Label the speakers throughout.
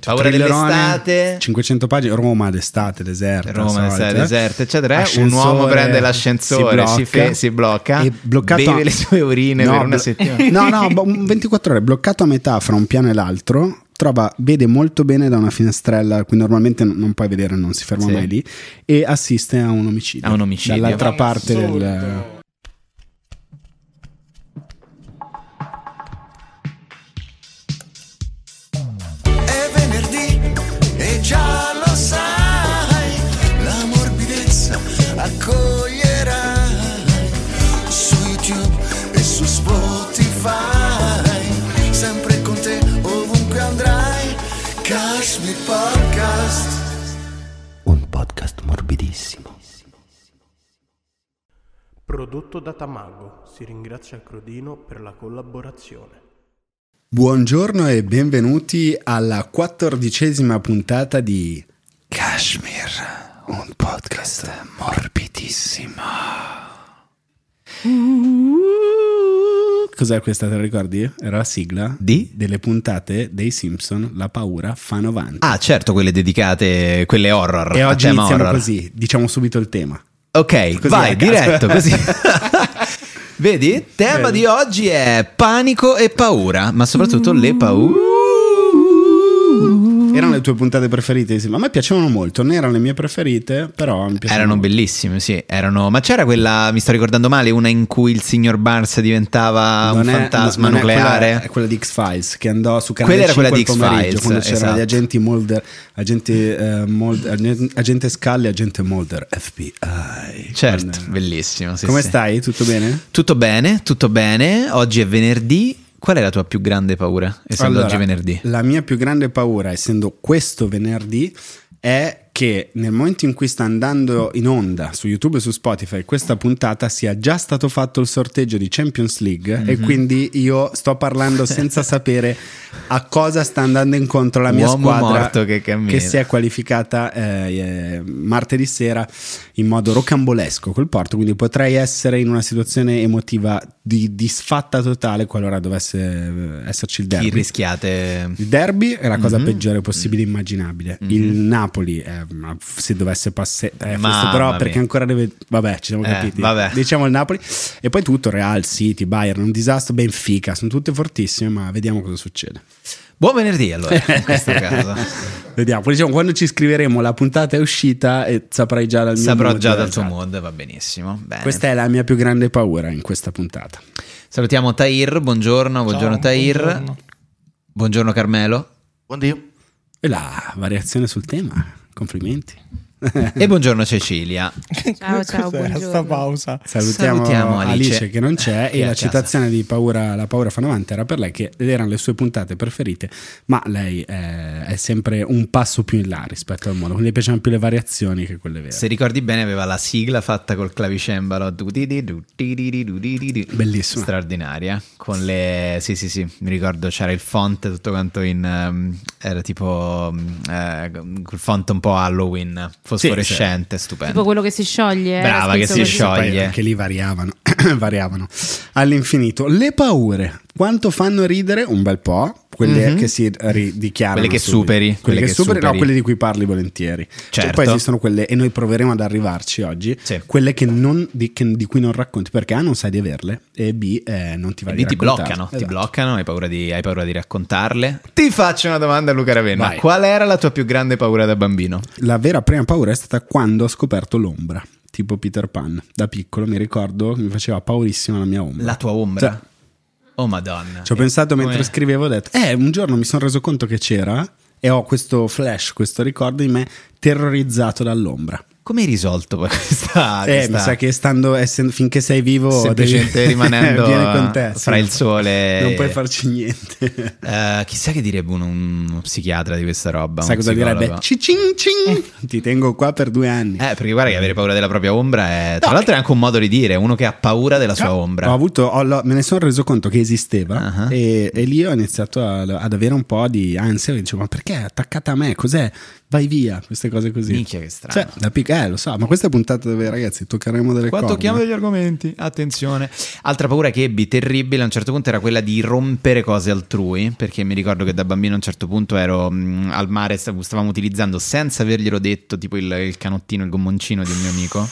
Speaker 1: Cioè, Paura
Speaker 2: thrillerone,
Speaker 1: dell'estate.
Speaker 2: 500 pagine, Roma d'estate, deserta.
Speaker 1: Roma,
Speaker 2: solite.
Speaker 1: sai, deserta, eccetera. eh? Un
Speaker 2: Ascensore,
Speaker 1: uomo prende l'ascensore, si,
Speaker 2: si blocca,
Speaker 1: fe- si blocca,
Speaker 2: e bloccato
Speaker 1: beve
Speaker 2: a-
Speaker 1: le sue urine
Speaker 2: No,
Speaker 1: per una
Speaker 2: blo-
Speaker 1: settimana.
Speaker 2: No, no, bo- un 24 ore, bloccato a metà fra un piano e l'altro. Trova, vede molto bene da una finestrella, qui normalmente non- non puoi vedere, non si ferma
Speaker 1: Sì.
Speaker 2: mai lì. E assiste a un omicidio.
Speaker 1: A un omicidio.
Speaker 2: Dall'altra
Speaker 3: Ma
Speaker 2: parte del.
Speaker 3: assurdo.
Speaker 4: È venerdì e già lo sai, la morbidezza accoglierai su YouTube e su Spotify, sempre con te ovunque andrai, Cashmere Podcast.
Speaker 5: Un podcast morbidissimo.
Speaker 6: Prodotto da Tamago, si ringrazia Crodino per la collaborazione.
Speaker 2: Buongiorno e benvenuti alla quattordicesima puntata di
Speaker 4: Cashmere, un podcast morbidissimo.
Speaker 2: Cos'è questa, te la ricordi? Era la sigla
Speaker 1: Di?
Speaker 2: delle puntate dei Simpson, La paura fa 90.
Speaker 1: Ah, certo, quelle dedicate, quelle horror.
Speaker 2: e
Speaker 1: a
Speaker 2: oggi
Speaker 1: tema
Speaker 2: iniziamo
Speaker 1: horror.
Speaker 2: così, diciamo subito il tema.
Speaker 1: Ok,
Speaker 2: Così
Speaker 1: vai,
Speaker 2: a caso.
Speaker 1: diretto, così. Vedi, il tema
Speaker 2: Bene.
Speaker 1: di oggi è panico e paura, ma soprattutto
Speaker 2: Mm.
Speaker 1: le paure.
Speaker 2: Erano le tue puntate preferite? dei Simpson? A me piacevano molto, non erano le mie preferite, però mi piacevano.
Speaker 1: Erano bellissime, sì, erano... Ma c'era quella, mi sto ricordando male, una in cui il signor Barnes diventava
Speaker 2: Non
Speaker 1: un
Speaker 2: è-
Speaker 1: fantasma
Speaker 2: non è
Speaker 1: nucleare?
Speaker 2: quella, è quella di X-Files che andò su canale
Speaker 1: Quella era
Speaker 2: 5
Speaker 1: quella di
Speaker 2: il pomeriggio
Speaker 1: X-Files,
Speaker 2: quando c'erano
Speaker 1: esatto.
Speaker 2: gli agenti Mulder, agente, eh, Mulder- agen- agente Scully, agente Mulder, FBI.
Speaker 1: Certo,
Speaker 2: Quando-
Speaker 1: bellissimo. sì,
Speaker 2: Come
Speaker 1: sì.
Speaker 2: stai? Tutto bene?
Speaker 1: Tutto bene, tutto bene. Oggi è venerdì. Qual è la tua più grande paura? Essendo
Speaker 2: Allora,
Speaker 1: oggi venerdì.
Speaker 2: La mia più grande paura, essendo questo venerdì, è che nel momento in cui sta andando in onda su YouTube e su Spotify questa puntata sia già stato fatto il sorteggio di Champions League
Speaker 1: Mhm.
Speaker 2: e quindi io sto parlando senza sapere a cosa sta andando incontro la mia
Speaker 1: Uomo
Speaker 2: squadra
Speaker 1: morto che cammina.
Speaker 2: si è qualificata eh, eh, martedì sera in modo rocambolesco col Porto, quindi potrei essere in una situazione emotiva di disfatta totale qualora dovesse eh, esserci il
Speaker 1: Chi
Speaker 2: derby.
Speaker 1: rischiate?
Speaker 2: Il derby è la cosa
Speaker 1: Mhm.
Speaker 2: peggiore possibile immaginabile.
Speaker 1: Mhm.
Speaker 2: Il Napoli, eh, ma se dovesse passare, eh,
Speaker 1: Mamma
Speaker 2: forse però
Speaker 1: mia.
Speaker 2: perché ancora deve. Vabbè, ci siamo
Speaker 1: Eh,
Speaker 2: capiti.
Speaker 1: vabbè.
Speaker 2: Diciamo il Napoli, e poi tutto: Real, City, Bayern, un disastro. Benfica, sono tutte fortissime, ma vediamo cosa succede.
Speaker 1: Buon venerdì allora, in questo caso.
Speaker 2: Vediamo. Poi diciamo, quando ci scriveremo, la puntata è uscita e saprai già dal mio
Speaker 1: Saprò
Speaker 2: mood,
Speaker 1: già dal
Speaker 2: esatto.
Speaker 1: tuo mood, va benissimo. Bene.
Speaker 2: Questa è la mia più grande paura in questa puntata.
Speaker 1: Salutiamo Tahir, buongiorno, buongiorno Tahir. Buongiorno. Carmelo.
Speaker 5: Buongiorno.
Speaker 2: E la variazione sul tema, complimenti.
Speaker 1: E buongiorno Cecilia.
Speaker 3: Ciao,
Speaker 7: ciao, buongiorno.
Speaker 3: Sta pausa.
Speaker 2: Salutiamo,
Speaker 1: Salutiamo
Speaker 2: Alice.
Speaker 1: Alice.
Speaker 2: che non c'è
Speaker 1: Che
Speaker 2: e
Speaker 1: è a
Speaker 2: la
Speaker 1: casa.
Speaker 2: citazione di paura, La paura fa 90 era per lei che erano le sue puntate preferite, ma lei eh, è sempre un passo più in là rispetto al mondo, quindi le piacevano più le variazioni che quelle vere.
Speaker 1: Se ricordi bene aveva la sigla fatta col clavicembalo. Du di di du di di di du di di di.
Speaker 2: Bellissima.
Speaker 1: Straordinaria. Con le... Sì, sì, sì, mi ricordo c'era il font tutto quanto in... ehm, era tipo... ehm, eh, quel font un po' Halloween, fosforescente, stupendo.
Speaker 7: Tipo quello che si scioglie. eh,
Speaker 1: Brava,
Speaker 7: era
Speaker 1: che
Speaker 7: scritto
Speaker 1: si
Speaker 7: così.
Speaker 1: scioglie.
Speaker 2: Poi Anche lì variavano, variavano all'infinito. Le paure, quanto fanno ridere? Un bel po', quelle
Speaker 1: Mhm.
Speaker 2: che si ridichiarano.
Speaker 1: Quelle che
Speaker 2: subito.
Speaker 1: superi,
Speaker 2: Quelle,
Speaker 1: quelle
Speaker 2: che,
Speaker 1: che
Speaker 2: superi, no,
Speaker 1: superi.
Speaker 2: quelle di cui parli volentieri. Cioè,
Speaker 1: Certo.
Speaker 2: poi esistono quelle, e noi proveremo ad arrivarci oggi,
Speaker 1: Sì.
Speaker 2: quelle che non- di, che- di cui non racconti perché A non sai di averle e B eh, non ti va
Speaker 1: E
Speaker 2: di
Speaker 1: lì ti
Speaker 2: raccontarle.
Speaker 1: bloccano, ti
Speaker 2: Esatto.
Speaker 1: bloccano, hai paura, di, hai paura di raccontarle. Ti faccio una domanda, Luca Ravenna.
Speaker 2: Vai.
Speaker 1: Qual era la tua più grande paura da bambino?
Speaker 2: La vera prima paura è stata quando ho scoperto l'ombra, tipo Peter Pan. Da piccolo mi ricordo che mi faceva paurissima la mia ombra.
Speaker 1: La tua ombra? Oh madonna.
Speaker 2: Ci ho pensato mentre
Speaker 1: Come-
Speaker 2: scrivevo, ho detto, eh, un giorno mi sono reso conto che c'era e ho questo flash, questo ricordo di me terrorizzato dall'ombra.
Speaker 1: Come hai risolto poi questa...
Speaker 2: eh,
Speaker 1: questa-
Speaker 2: mi sa che stando, essendo- finché sei vivo,
Speaker 1: Ah, Semplicemente
Speaker 2: devi-
Speaker 1: rimanendo
Speaker 2: viene con te,
Speaker 1: fra il sole
Speaker 2: Non
Speaker 1: e-
Speaker 2: puoi farci niente.
Speaker 1: Eh, chissà che direbbe un, uno psichiatra di questa roba.
Speaker 2: Sai
Speaker 1: un
Speaker 2: cosa
Speaker 1: psicologo.
Speaker 2: direbbe? Cicin cin. Ti tengo qua per due anni.
Speaker 1: Eh, perché guarda che avere paura della propria ombra è... Tra l'altro è anche un modo di dire, uno che ha paura della sua ombra.
Speaker 2: Ho avuto, ho- lo- me ne sono reso conto che esisteva
Speaker 1: Ah.
Speaker 2: e, e lì ho iniziato a- ad avere un po' di ansia. e Dicevo, ma perché è attaccata a me? Cos'è? Vai via, queste cose così.
Speaker 1: Minchia che strano.
Speaker 2: Cioè, da pic- Eh, lo so, ma questa è puntata dove ragazzi toccheremo delle
Speaker 1: Qua
Speaker 2: corde.
Speaker 1: tocchiamo degli argomenti, attenzione. Altra paura che ebbi terribile a un certo punto era quella di rompere cose altrui, perché mi ricordo che da bambino a un certo punto ero mh, al mare, stav- stavamo utilizzando senza averglielo detto, tipo il, il canottino, il gommoncino di un mio amico.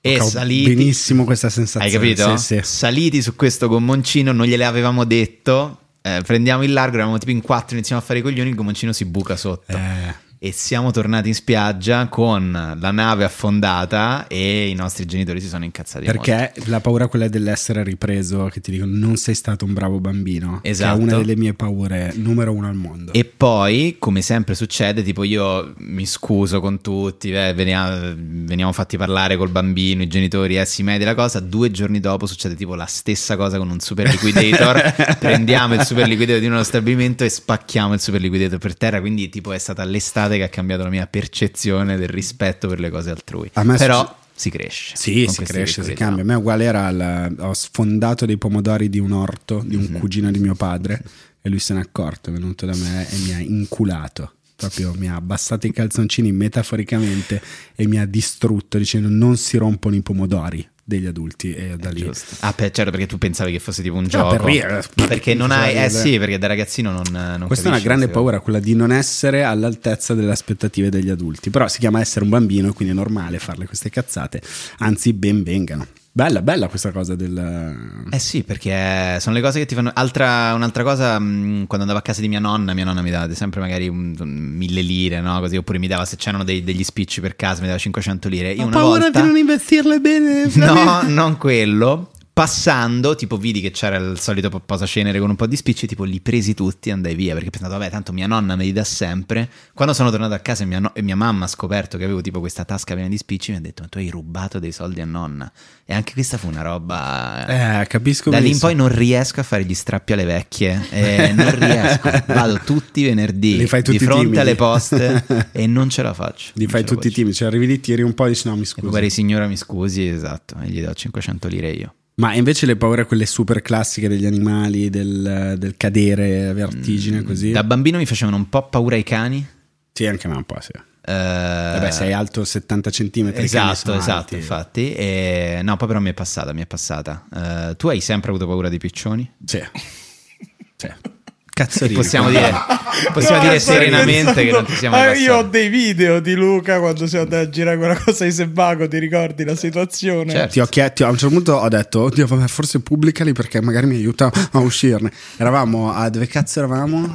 Speaker 1: E
Speaker 2: Ho
Speaker 1: saliti,
Speaker 2: benissimo questa sensazione.
Speaker 1: Hai capito?
Speaker 2: Sì, sì.
Speaker 1: Saliti su questo gommoncino, non gliel'avevamo detto. eh, prendiamo il largo, eravamo tipo in quattro, iniziamo a fare i coglioni, il gommoncino si buca sotto.
Speaker 2: Eh,
Speaker 1: E siamo tornati in spiaggia con la nave affondata e i nostri genitori si sono incazzati. molto.
Speaker 2: perché la paura quella dell'essere ripreso, che ti dicono non sei stato un bravo bambino.
Speaker 1: Esatto.
Speaker 2: Che è una delle mie paure numero uno al mondo.
Speaker 1: E poi, come sempre succede, tipo io mi scuso con tutti, eh, veniamo, veniamo fatti parlare col bambino, i genitori, eh, si mede la cosa, due giorni dopo succede tipo la stessa cosa con un super liquidator, prendiamo il super liquidator di uno stabilimento e spacchiamo il super liquidator per terra, quindi tipo è stata l'estate che ha cambiato la mia percezione del rispetto per le cose altrui.
Speaker 2: A me è
Speaker 1: Però
Speaker 2: succe-
Speaker 1: si cresce.
Speaker 2: Sì,
Speaker 1: con
Speaker 2: si
Speaker 1: queste
Speaker 2: cresce, si
Speaker 1: piccole età.
Speaker 2: cambia. A me è uguale era, al- ho sfondato dei pomodori di un orto di un
Speaker 1: Mhm.
Speaker 2: cugino di mio padre e lui se n'è accorto, è venuto da me e mi ha inculato. Proprio mi ha abbassato i calzoncini metaforicamente e mi ha distrutto dicendo non si rompono i pomodori degli adulti e da lì.
Speaker 1: Giusto. Ah, per- certo, perché tu pensavi che fosse tipo un gioco.
Speaker 2: per ridere.
Speaker 1: Perché non hai. Eh
Speaker 2: Cioè,
Speaker 1: sì, perché da ragazzino non. non
Speaker 2: Questa è una
Speaker 1: capisci
Speaker 2: grande
Speaker 1: queste
Speaker 2: paura, quella di non essere all'altezza delle aspettative degli adulti. Però si chiama essere un bambino e quindi è normale farle queste cazzate. Anzi, ben vengano. Bella, bella questa cosa del...
Speaker 1: cose. Eh sì, perché sono le cose che ti fanno. Altra, un'altra cosa, mh, quando andavo a casa di mia nonna, mia nonna mi dava sempre magari un- un mille lire, no? Così, oppure mi dava, se c'erano dei- degli spicci per casa, mi dava 500 lire. Io
Speaker 2: Ho
Speaker 1: una
Speaker 2: paura
Speaker 1: volta.
Speaker 2: di non investirle bene.
Speaker 1: No, non quello. Passando, tipo, vidi che c'era il solito po- posacenere con un po' di spicci, tipo, li presi tutti e andai via. Perché pensavo, vabbè, tanto mia nonna me li dà sempre. Quando sono tornato a casa e mia, no- e mia mamma ha scoperto che avevo tipo questa tasca piena di spicci, mi ha detto, ma tu hai rubato dei soldi a nonna. E anche questa fu una roba.
Speaker 2: Eh, capisco
Speaker 1: da lì in
Speaker 2: benissimo.
Speaker 1: poi non riesco a fare gli strappi alle vecchie, eh, non riesco, vado tutti i venerdì
Speaker 2: Li fai tutti
Speaker 1: di fronte
Speaker 2: timidi.
Speaker 1: alle poste e non ce la faccio.
Speaker 2: Li
Speaker 1: non
Speaker 2: fai
Speaker 1: ce la
Speaker 2: tutti i
Speaker 1: faccio.
Speaker 2: timidi, cioè arrivi lì, tiri un po' e dici no, mi
Speaker 1: E poi pare
Speaker 2: scusi.
Speaker 1: signora mi scusi, esatto, e gli do 500 lire io.
Speaker 2: Ma invece le paure, quelle super classiche degli animali, del, del cadere, vertigine, così.
Speaker 1: Mm, Da bambino mi facevano un po' paura i cani.
Speaker 2: Sì, anche a me un po', sì.
Speaker 1: eh,
Speaker 2: Vabbè, sei alto 70 cm.
Speaker 1: Esatto, esatto, infatti. E, no, poi però mi è passata, mi è passata. Eh, tu hai sempre avuto paura dei piccioni?
Speaker 2: Sì. Sì. Cazzo di
Speaker 1: Possiamo dire, possiamo dire serenamente che non ti siamo
Speaker 2: Eh,
Speaker 3: Ah, Io ho
Speaker 1: passati.
Speaker 3: dei video di Luca quando siamo andati a girare quella cosa di Sebago, ti ricordi la situazione?
Speaker 1: Certo.
Speaker 2: Ti ho chie- ti ho- a un certo punto ho detto, oddio, vabbè, forse pubblicali perché magari mi aiuta a uscirne. Eravamo a dove cazzo eravamo?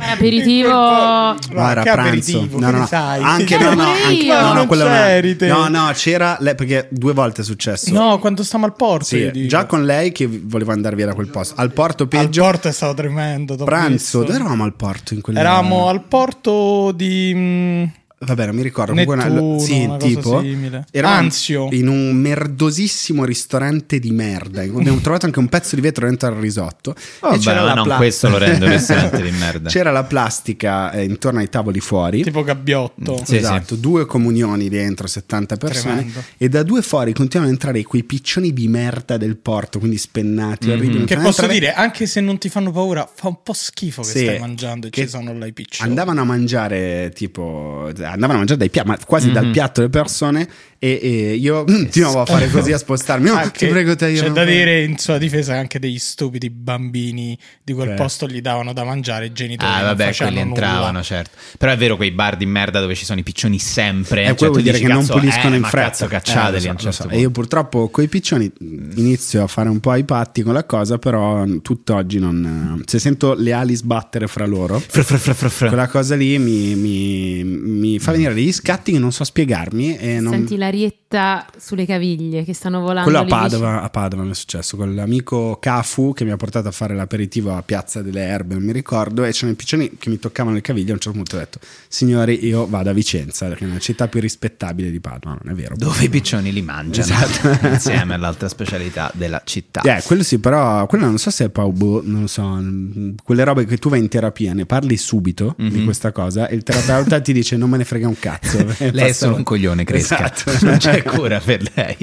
Speaker 7: Aperitivo.
Speaker 2: No, era
Speaker 3: che
Speaker 2: pranzo.
Speaker 3: aperitivo,
Speaker 2: No,
Speaker 3: che
Speaker 2: no, no.
Speaker 3: sai?
Speaker 2: Anche no, no,
Speaker 7: pure
Speaker 2: anche,
Speaker 7: io.
Speaker 2: no,
Speaker 3: Ma
Speaker 2: no,
Speaker 3: non
Speaker 2: quello
Speaker 3: c'eri te.
Speaker 2: No, no, c'era lei perché due volte è successo.
Speaker 3: No, quando stiamo al porto.
Speaker 2: Sì,
Speaker 3: io dico.
Speaker 2: già con lei che voleva andare via da quel posto. Al porto
Speaker 3: al
Speaker 2: peggio.
Speaker 3: porto è stato tremendo. t'ho visto.
Speaker 2: pranzo, dove eravamo al porto in quella
Speaker 3: Eravamo al porto di mm,
Speaker 2: Vabbè, non mi ricordo. Comunque una-
Speaker 3: Nettuno,
Speaker 2: sì,
Speaker 3: una cosa
Speaker 2: tipo.
Speaker 3: simile.
Speaker 2: Eravamo
Speaker 3: Anzio.
Speaker 2: in un merdosissimo ristorante di merda. Abbiamo trovato anche un pezzo di vetro dentro al risotto.
Speaker 1: Vabbè,
Speaker 2: e c'era
Speaker 1: ma
Speaker 2: la
Speaker 1: non
Speaker 2: pla-
Speaker 1: questo lo rendo un ristorante di merda.
Speaker 2: C'era la plastica eh, intorno ai tavoli fuori.
Speaker 3: tipo Gabbiotto.
Speaker 1: Sì,
Speaker 2: esatto, due comunioni dentro, 70 persone
Speaker 3: Tremendo.
Speaker 2: e da due fuori continuano ad entrare quei piccioni di merda del porto, quindi
Speaker 1: Mhm.
Speaker 2: spennati, orribili,
Speaker 3: Che
Speaker 2: continuano ad
Speaker 3: posso
Speaker 2: entrare-
Speaker 3: dire, anche se non ti fanno paura, fa un po' schifo che
Speaker 2: Sì,
Speaker 3: stai mangiando e
Speaker 2: che
Speaker 3: ci sono là i piccioni.
Speaker 2: Andavano a mangiare tipo andavano a mangiare dai piatti, ma
Speaker 1: Mhm.
Speaker 2: quasi dal piatto le persone e, e io continuavo a fare così a spostarmi. No,
Speaker 3: Ah,
Speaker 2: ti
Speaker 3: che
Speaker 2: prego te io.
Speaker 3: C'è
Speaker 2: non
Speaker 3: da
Speaker 2: voglio-
Speaker 3: dire in sua difesa che anche degli stupidi bambini di quel
Speaker 2: Beh.
Speaker 3: posto gli davano da mangiare i genitori.
Speaker 1: Certo. Ah,
Speaker 3: non
Speaker 1: vabbè,
Speaker 3: facevano
Speaker 1: quelli
Speaker 3: nulla.
Speaker 1: entravano, certo. Però è vero quei bar di merda dove ci sono i piccioni sempre.
Speaker 2: Eh,
Speaker 1: cioè,
Speaker 2: quello
Speaker 1: tu
Speaker 2: vuol dire
Speaker 1: dici,
Speaker 2: che non
Speaker 1: cazzo,
Speaker 2: puliscono
Speaker 1: eh,
Speaker 2: in
Speaker 1: ma
Speaker 2: fretta.
Speaker 1: Cazzo,
Speaker 2: Eh, lo
Speaker 1: cacciateli
Speaker 2: so,
Speaker 1: a un
Speaker 2: lo
Speaker 1: certo
Speaker 2: so.
Speaker 1: punto.
Speaker 2: E io purtroppo coi piccioni mm, inizio a fare un po' ai patti con la cosa, però mm, tutt'oggi non. mm, Se sento le ali sbattere fra loro,
Speaker 1: Fra, fra, fra, fra, fra.
Speaker 2: quella cosa lì mi, mi- mi fa venire degli scatti che non so spiegarmi. E non...
Speaker 7: Senti l'arietta sulle caviglie che stanno volando.
Speaker 2: Quello a
Speaker 7: lì vicino.
Speaker 2: Padova, a Padova mi è successo con l'amico Cafu che mi ha portato a fare l'aperitivo a Piazza delle Erbe, non mi ricordo, e c'erano i piccioni che mi toccavano le caviglie. A un certo punto ho detto, signori, io vado a Vicenza, che è una città più rispettabile di Padova, non è vero?
Speaker 1: Dove i piccioni li mangiano
Speaker 2: Esatto.
Speaker 1: insieme all'altra specialità della città.
Speaker 2: Eh, quello sì, però quello non so se è pau- boh, non lo so, mh, quelle robe che tu vai in terapia, ne parli subito di questa cosa e il terapeuta ti dice non me ne frega un cazzo.
Speaker 1: Mhm. Lei è solo un coglione, cresca.
Speaker 2: Esatto.
Speaker 1: Non c'è cura per lei.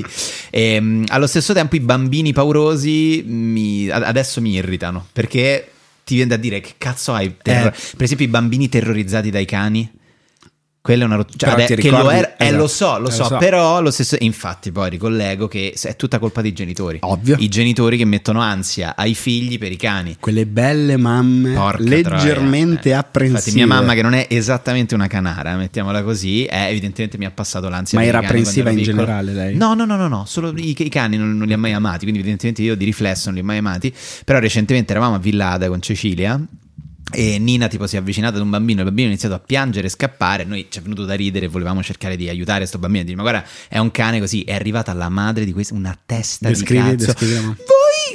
Speaker 1: Ehm, allo stesso tempo i bambini paurosi mi- ad- adesso mi irritano perché ti viene da dire che cazzo hai terror-
Speaker 2: Eh.
Speaker 1: Per esempio i bambini terrorizzati dai cani. Quella è una rottura.
Speaker 2: Però ti
Speaker 1: che lo
Speaker 2: ricordi-
Speaker 1: era- eh,
Speaker 2: esatto,
Speaker 1: lo so, lo
Speaker 2: eh,
Speaker 1: so,
Speaker 2: lo so.
Speaker 1: però lo stesso. Infatti, poi ricollego che è tutta colpa dei genitori.
Speaker 2: Ovvio.
Speaker 1: I genitori che mettono ansia ai figli per i cani.
Speaker 2: Quelle belle mamme
Speaker 1: Porca
Speaker 2: leggermente
Speaker 1: troia, eh.
Speaker 2: apprensive.
Speaker 1: Infatti, mia mamma, che non è esattamente una canara, mettiamola così, eh, evidentemente mi ha passato l'ansia.
Speaker 2: Ma
Speaker 1: per i
Speaker 2: era
Speaker 1: cani quando
Speaker 2: apprensiva
Speaker 1: ero
Speaker 2: in
Speaker 1: piccolo.
Speaker 2: generale lei?
Speaker 1: No, no, no, no, no, solo i, i cani non, non li ha mai amati, quindi evidentemente io di riflesso non li ho mai amati. Però recentemente eravamo a Villada con Cecilia. E Nina tipo si è avvicinata ad un bambino, il bambino ha iniziato a piangere e scappare, noi ci è venuto da ridere, volevamo cercare di aiutare questo bambino, dire ma guarda è un cane così, è arrivata la madre di questa, una testa
Speaker 2: Descrivi-
Speaker 1: di cazzo.
Speaker 2: descriviamo.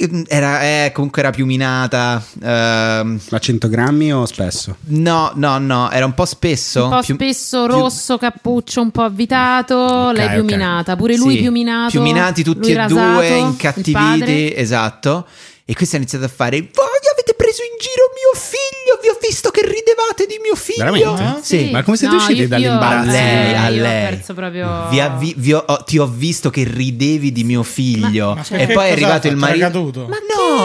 Speaker 1: Voi era, eh, comunque era piuminata, ehm,
Speaker 2: Ma 100 grammi o spesso?
Speaker 1: No, no, no, era un po' spesso.
Speaker 7: Un po'
Speaker 1: più-
Speaker 7: spesso
Speaker 1: più-
Speaker 7: rosso, cappuccio un po' avvitato,
Speaker 2: ok.
Speaker 7: lei piuminata, pure lui
Speaker 1: sì,
Speaker 7: piuminato.
Speaker 1: Piuminati tutti
Speaker 7: lui
Speaker 1: e
Speaker 7: rasato,
Speaker 1: due,
Speaker 7: il padre.
Speaker 1: incattiviti, esatto. E questo ha iniziato a fare Voi avete preso in giro mio figlio, vi ho visto che ridevate di mio figlio
Speaker 2: Veramente?
Speaker 1: Sì,
Speaker 2: Ma come siete
Speaker 7: No,
Speaker 2: usciti
Speaker 7: io-
Speaker 1: A
Speaker 2: dall'imbarazzo?
Speaker 7: eh,
Speaker 1: lei, a
Speaker 7: io ho
Speaker 1: lei.
Speaker 7: perso proprio-
Speaker 1: Vi avvi- vi ho- ho- ti ho visto che ridevi di mio figlio.
Speaker 7: Ma
Speaker 1: e
Speaker 7: perché
Speaker 1: poi è
Speaker 3: cosa
Speaker 1: arrivato
Speaker 3: ha
Speaker 1: il
Speaker 3: fatto? Era
Speaker 1: marito.
Speaker 3: caduto?
Speaker 1: Ma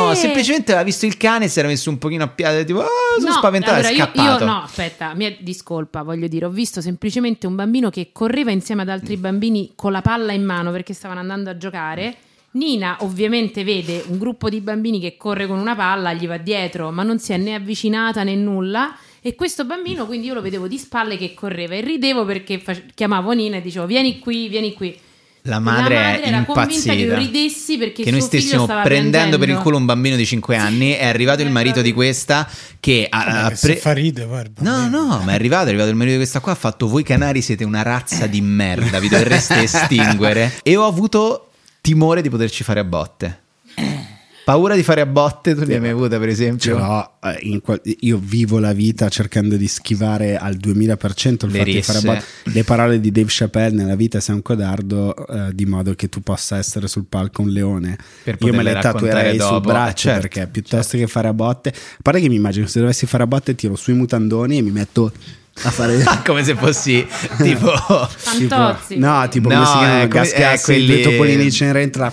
Speaker 1: no,
Speaker 7: Che?
Speaker 1: semplicemente aveva visto il cane e si era messo un pochino a piede. Tipo, "Ah, sono
Speaker 7: No,
Speaker 1: spaventato.
Speaker 7: allora
Speaker 1: è
Speaker 7: io-
Speaker 1: scappato.
Speaker 7: Io, no, aspetta, mia discolpa, voglio dire, ho visto semplicemente un bambino che correva insieme ad altri bambini con la palla in mano perché stavano andando a giocare. Nina ovviamente vede un gruppo di bambini che corre con una palla, gli va dietro, ma non si è né avvicinata né nulla. E questo bambino, quindi io lo vedevo di spalle che correva e ridevo perché face- chiamavo Nina e dicevo vieni qui, vieni qui.
Speaker 1: La madre,
Speaker 7: La madre
Speaker 1: è
Speaker 7: era
Speaker 1: impazzita
Speaker 7: convinta che io ridessi perché
Speaker 1: Che noi
Speaker 7: suo figlio
Speaker 1: stessimo
Speaker 7: stava
Speaker 1: prendendo per il
Speaker 7: piangendo.
Speaker 1: culo un bambino di 5 anni È arrivato il
Speaker 7: Eh,
Speaker 1: marito
Speaker 7: proprio.
Speaker 1: di questa Che ha, ha
Speaker 3: Vabbè,
Speaker 2: Ah,
Speaker 3: che Eh, se
Speaker 1: pre-
Speaker 3: fa ride, poi il
Speaker 1: No,
Speaker 3: bambino.
Speaker 1: no, ma è arrivato, è arrivato il marito di questa qua Ha fatto voi canari siete una razza di merda Vi dovreste estinguere E ho avuto timore di poterci fare a botte Paura di fare a botte Tu ne hai mai avuta per
Speaker 2: Ce
Speaker 1: esempio?
Speaker 2: l'ho, eh, in qual- io vivo la vita cercando di schivare al 2000% il
Speaker 1: Le
Speaker 2: fatto di fare
Speaker 1: risse.
Speaker 2: bot- le parole di Dave Chappelle nella vita sei un codardo eh, di modo che tu possa essere sul palco un leone
Speaker 1: Per
Speaker 2: io me
Speaker 1: poterle
Speaker 2: le
Speaker 1: raccontare
Speaker 2: tatuerei sul
Speaker 1: dopo,
Speaker 2: braccio
Speaker 1: eh, certo,
Speaker 2: perché piuttosto che fare a botte a parte che mi immagino che se dovessi fare a botte tiro sui mutandoni e mi metto a fare
Speaker 1: Come se fossi tipo
Speaker 7: Fantozzi.
Speaker 2: Tipo- no, tipo come
Speaker 1: No,
Speaker 2: si chiamano
Speaker 1: eh, come-
Speaker 2: gas gas,
Speaker 1: eh,
Speaker 2: i due
Speaker 1: quelli-
Speaker 2: topolini cenerentola.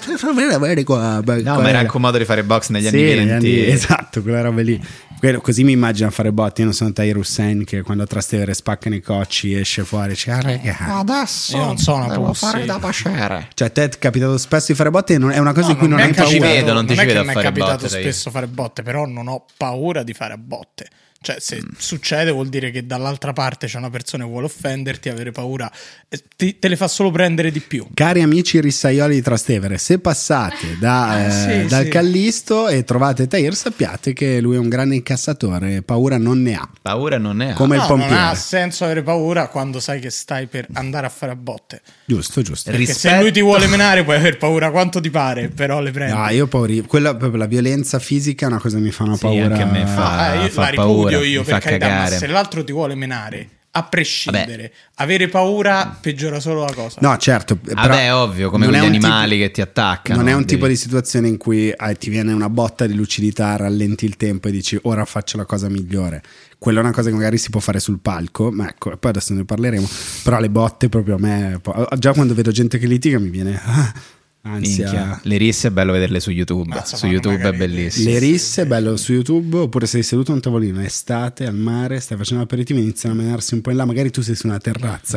Speaker 2: qua.
Speaker 1: No, ma era un modo di fare box negli
Speaker 2: Sì,
Speaker 1: anni
Speaker 2: negli
Speaker 1: 20
Speaker 2: anni- esatto, quella roba lì. Quello- così mi immagino a fare botti. Io non sono Tahir Hussein che quando a Trastevere spaccano i cocci esce fuori. Cioè, "Ah, raga."
Speaker 4: Adesso
Speaker 3: Io non sono
Speaker 4: devo
Speaker 3: possibile.
Speaker 4: fare da pascere.
Speaker 2: Cioè, a te è capitato spesso di fare botti e non- è una cosa di cui non
Speaker 3: mi è
Speaker 2: hai paura.
Speaker 1: capitato. Ci vedo,
Speaker 3: capitato-
Speaker 1: non ti
Speaker 3: non
Speaker 1: ci
Speaker 3: è che
Speaker 1: vedo a
Speaker 3: mi è
Speaker 1: fare
Speaker 3: capitato
Speaker 1: botte, dai.
Speaker 3: spesso fare botte, però non ho paura di fare a botte. Cioè, se
Speaker 2: Mm.
Speaker 3: succede vuol dire che dall'altra parte c'è una persona che vuole offenderti, avere paura, eh, ti- te le fa solo prendere di più.
Speaker 2: Cari amici rissaioli di Trastevere, se passate da,
Speaker 3: Eh,
Speaker 2: eh,
Speaker 3: sì,
Speaker 2: dal
Speaker 3: sì.
Speaker 2: Callisto e trovate Tahir, sappiate che lui è un grande incassatore, paura non ne ha.
Speaker 1: Paura non ne ha
Speaker 2: Come il
Speaker 3: No, non
Speaker 2: pompiere.
Speaker 3: ha senso avere paura quando sai che stai per andare a fare a botte.
Speaker 2: Giusto, giusto.
Speaker 3: Perché
Speaker 1: Rispetto-
Speaker 3: se lui ti vuole menare puoi aver paura quanto ti pare, però le prendi.
Speaker 2: No, io ho paura. Quella, proprio la violenza fisica è una cosa che mi fa una
Speaker 1: Sì,
Speaker 2: paura.
Speaker 1: anche a me fa.
Speaker 3: Ah, io
Speaker 1: fa
Speaker 3: la ripudio
Speaker 1: paura,
Speaker 3: io
Speaker 1: mi
Speaker 3: per
Speaker 1: fa
Speaker 3: carità,
Speaker 1: cagare.
Speaker 3: ma se l'altro ti vuole menare, a prescindere, avere paura peggiora solo la cosa.
Speaker 2: No, certo. però
Speaker 1: Vabbè, è Ah, ovvio, come
Speaker 2: non
Speaker 1: quegli
Speaker 2: è un
Speaker 1: animali
Speaker 2: tipo-
Speaker 1: che ti attaccano,
Speaker 2: Non è un
Speaker 1: devi-
Speaker 2: tipo di situazione in cui eh, ti viene una botta di lucidità, rallenti il tempo e dici ora faccio la cosa migliore. Quella è una cosa che magari si può fare sul palco, ma ecco, poi adesso ne parleremo. Però le botte proprio a me. po- Già quando vedo gente che litiga mi viene ah, ansia.
Speaker 1: Minchia, le risse è bello vederle su YouTube. su
Speaker 3: Mazza, fanno
Speaker 1: YouTube è
Speaker 3: magari-
Speaker 1: bellissimo.
Speaker 2: Le risse, bello su YouTube, oppure sei seduto a un tavolino, estate, al mare, stai facendo aperitivo, iniziano a menarsi un po' in là, magari tu sei su una terrazza,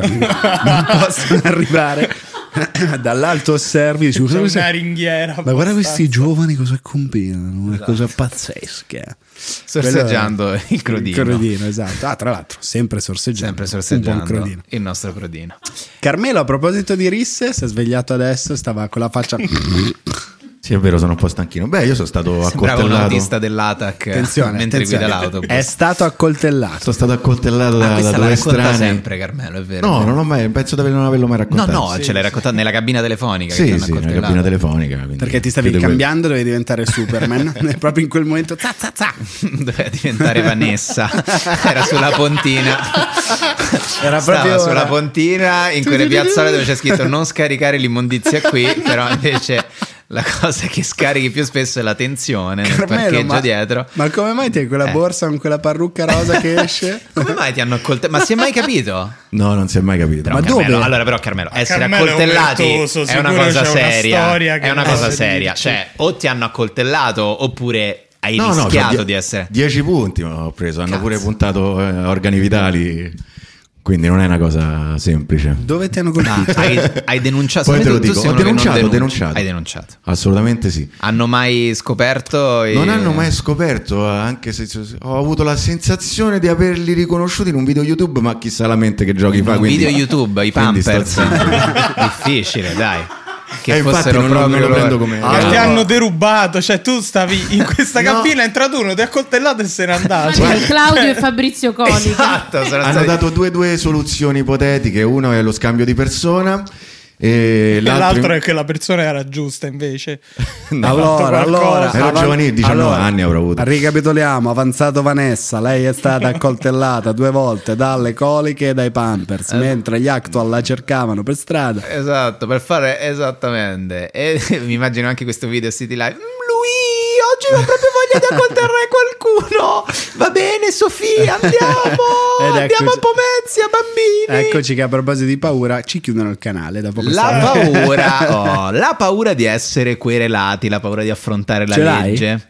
Speaker 2: quindi non possono arrivare dall'alto osservi, dici,
Speaker 3: C'è
Speaker 2: "Guarda
Speaker 3: una
Speaker 2: questi-
Speaker 3: ringhiera.
Speaker 2: ma guarda questi
Speaker 3: abbastanza-
Speaker 2: giovani cosa combinano, una cosa pazzesca.
Speaker 1: Esatto. Sorseggiando
Speaker 2: Quello è-
Speaker 1: il crodino.
Speaker 2: Il crodino, esatto. Ah, tra l'altro, sempre sorseggiando.
Speaker 1: Sempre
Speaker 2: Un buon
Speaker 1: sorseggiando
Speaker 2: crodino.
Speaker 1: il nostro crodino.
Speaker 2: Carmelo, a proposito di risse, si è svegliato adesso, stava con la faccia...
Speaker 8: Sì, è vero, sono un po' stanchino. Beh, io sono stato
Speaker 1: Bravo un
Speaker 8: accoltellato.
Speaker 1: autista dell'ATAC
Speaker 2: Attenzione,
Speaker 1: mentre
Speaker 2: attenzione.
Speaker 1: guida l'autobus.
Speaker 2: È stato accoltellato.
Speaker 8: Sono stato accoltellato
Speaker 1: Ah,
Speaker 8: da, da
Speaker 1: questa la
Speaker 8: due
Speaker 1: racconta
Speaker 8: strani.
Speaker 1: sempre Carmelo, è vero.
Speaker 8: No,
Speaker 1: è vero.
Speaker 8: non ho mai, penso di aver- non averlo mai
Speaker 1: No,
Speaker 8: raccontato.
Speaker 1: no, ce l'hai raccontato nella cabina telefonica. che ti
Speaker 8: Sì,
Speaker 1: hanno
Speaker 8: sì, nella
Speaker 1: accoltellato.
Speaker 8: cabina telefonica. quindi
Speaker 2: Perché ti
Speaker 8: più
Speaker 2: stavi
Speaker 8: di quello.
Speaker 2: cambiando, dovevi diventare Superman. E proprio in quel momento, za, za, za,
Speaker 1: Doveva diventare Vanessa. Era sulla pontina.
Speaker 2: Era
Speaker 1: Stava
Speaker 2: proprio
Speaker 1: sulla
Speaker 2: ora.
Speaker 1: pontina in quelle piazzole dove c'è scritto non scaricare l'immondizia qui, però invece la cosa che scarichi più spesso è la tensione nel
Speaker 2: Carmelo,
Speaker 1: parcheggio
Speaker 2: ma-
Speaker 1: dietro.
Speaker 2: Ma come mai ti hai quella
Speaker 1: Eh.
Speaker 2: borsa con quella parrucca rosa che esce?
Speaker 1: Come mai ti hanno accoltellato? Ma si è mai capito?
Speaker 8: No, non si è mai capito.
Speaker 1: Però,
Speaker 2: Ma
Speaker 1: Carmelo,
Speaker 2: dove?
Speaker 1: Allora, però, Carmelo, essere
Speaker 3: Carmelo è un
Speaker 1: accoltellati
Speaker 3: virtuoso,
Speaker 1: è una
Speaker 3: sicuro
Speaker 1: cosa
Speaker 3: c'è una
Speaker 1: seria.
Speaker 3: storia che
Speaker 1: è una
Speaker 3: non
Speaker 1: cosa
Speaker 3: so
Speaker 1: seria.
Speaker 3: dirci.
Speaker 1: Cioè, o ti hanno accoltellato oppure hai
Speaker 8: No, no,
Speaker 1: rischiato
Speaker 8: cioè, die-
Speaker 1: di essere.
Speaker 8: 10 punti ho preso, hanno
Speaker 1: Cazzo.
Speaker 8: pure puntato eh, organi vitali. Quindi non è una cosa semplice.
Speaker 2: Dove ti hanno
Speaker 1: Ma
Speaker 2: colpito?
Speaker 1: Ah, hai, hai denunciato?
Speaker 8: Poi te lo
Speaker 1: Tu- tu
Speaker 8: dico,
Speaker 1: sei
Speaker 8: ho
Speaker 1: uno che non
Speaker 8: denunciato, ho
Speaker 1: denuncia.
Speaker 8: denunciato.
Speaker 1: Hai denunciato.
Speaker 8: Assolutamente sì.
Speaker 1: Hanno mai scoperto? i-
Speaker 8: Non hanno mai scoperto, eh, anche se se- ho avuto la sensazione di averli riconosciuti in un video YouTube, ma chissà la mente che giochi fa.
Speaker 1: Un
Speaker 8: quindi-
Speaker 1: video YouTube, i
Speaker 8: quindi sto
Speaker 1: Pampers.
Speaker 8: zitto.
Speaker 1: Difficile, dai. Che
Speaker 8: Eh, infatti
Speaker 1: fossero
Speaker 8: non lo-
Speaker 1: proprio
Speaker 8: non lo
Speaker 1: loro-
Speaker 8: prendo come-
Speaker 1: Ah,
Speaker 3: Che
Speaker 8: no.
Speaker 3: ti hanno derubato, cioè tu stavi in questa
Speaker 8: No.
Speaker 3: cabina, è entrato uno, ti ha coltellato e se n'è
Speaker 7: Ma
Speaker 3: andato. Cioè,
Speaker 7: dico, Claudio e Fabrizio Colica.
Speaker 1: Esatto, sono
Speaker 8: hanno
Speaker 1: stati-
Speaker 8: dato due, due soluzioni ipotetiche, uno è lo scambio di persona e,
Speaker 3: E
Speaker 8: l'altro,
Speaker 3: l'altro è che la persona era giusta invece.
Speaker 2: Allora,
Speaker 3: fatto qualcosa. Ah,
Speaker 2: allora,
Speaker 8: Ero
Speaker 2: avan-
Speaker 8: giovanile, 19 anni avrò avuto.
Speaker 2: Ricapitoliamo, avanzato Vanessa, lei è stata accoltellata due volte dalle coliche e dai Pampers,
Speaker 1: Eh.
Speaker 2: mentre gli Actual la cercavano per strada.
Speaker 1: Esatto, per fare esattamente. E mi immagino anche questo video City Live. "Mm, Lui, oggi ho proprio voglia di accoltellare qualcuno. Va bene, Sofia, andiamo.
Speaker 2: Ed
Speaker 1: andiamo a
Speaker 2: eccoci-
Speaker 1: Pomezia, bambini.
Speaker 2: Eccoci che a proposito di paura ci chiudono il canale dopo
Speaker 1: La
Speaker 2: questa-
Speaker 1: paura, oh, la paura di essere querelati, la paura di affrontare la
Speaker 2: Ce l'hai?
Speaker 1: legge.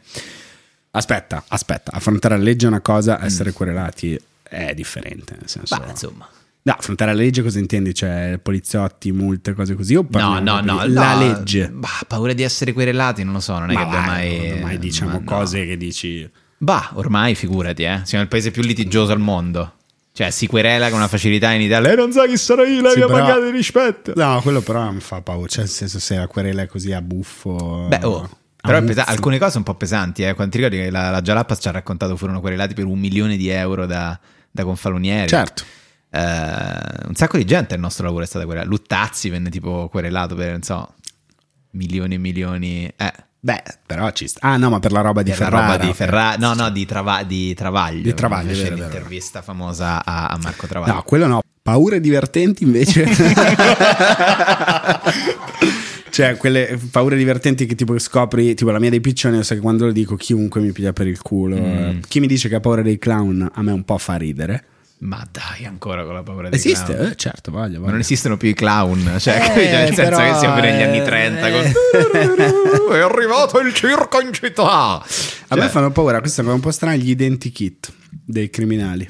Speaker 2: Aspetta, aspetta, affrontare la legge è una cosa,
Speaker 1: Mm.
Speaker 2: essere querelati è differente, nel senso...
Speaker 1: Ma insomma.
Speaker 2: No, affrontare la legge cosa intendi? Cioè, poliziotti, multe, cose così? O
Speaker 1: No,
Speaker 2: parliamo
Speaker 1: no,
Speaker 2: proprio
Speaker 1: no,
Speaker 2: di- La
Speaker 1: no.
Speaker 2: legge.
Speaker 1: Bah, paura di essere querelati, non lo so, non è che
Speaker 2: Ma
Speaker 1: abbiamo
Speaker 2: vai,
Speaker 1: mai...
Speaker 2: ormai diciamo
Speaker 1: ma no.
Speaker 2: cose che dici...
Speaker 1: Bah, ormai figurati, eh. Siamo il paese più litigioso al mondo. Cioè, si querela con una facilità in Italia. E non sa chi sarò io, lei
Speaker 2: Sì,
Speaker 1: mi ha
Speaker 2: però-
Speaker 1: mancato di rispetto.
Speaker 2: No, quello però mi fa paura. Cioè, nel senso, se la querela è così a buffo.
Speaker 1: Beh, oh.
Speaker 2: a
Speaker 1: Però è
Speaker 2: un-
Speaker 1: pesa- alcune cose un po' pesanti, eh. Quando ti ricordi che la, la Jalapas ci ha raccontato furono querelati per un milione di euro da, da confalonieri.
Speaker 2: Certo.
Speaker 1: Eh, un sacco di gente il nostro lavoro è stata querelata. Luttazzi venne tipo querelato per, non so, milioni e milioni. Eh,
Speaker 2: Beh, però ci sta. Ah, no, ma per la roba di
Speaker 1: per la
Speaker 2: Ferrara.
Speaker 1: roba di Ferrara. No, no, di, Trava- di Travaglio.
Speaker 2: Di Travaglio,
Speaker 1: Fece
Speaker 2: vero, vero.
Speaker 1: l'intervista famosa a, a Marco Travaglio.
Speaker 2: No, quello no. Paure divertenti invece. cioè, quelle paure divertenti che tipo scopri, tipo la mia dei piccioni, io so che quando lo dico chiunque mi piglia per il culo.
Speaker 1: Mm.
Speaker 2: Eh, Chi mi dice che ha paura dei clown a me un po' fa ridere.
Speaker 1: Ma dai, ancora con la paura di
Speaker 2: Esiste?
Speaker 1: clown.
Speaker 2: Eh, certo, voglio.
Speaker 1: Ma non esistono più i clown, cioè, capisci?
Speaker 2: Eh,
Speaker 1: nel senso
Speaker 2: però,
Speaker 1: che siamo negli
Speaker 2: eh,
Speaker 1: anni 30 con... è arrivato il circo in città!
Speaker 2: A
Speaker 1: Cioè-
Speaker 2: me fanno paura, questa è un po' strana, gli identikit dei criminali.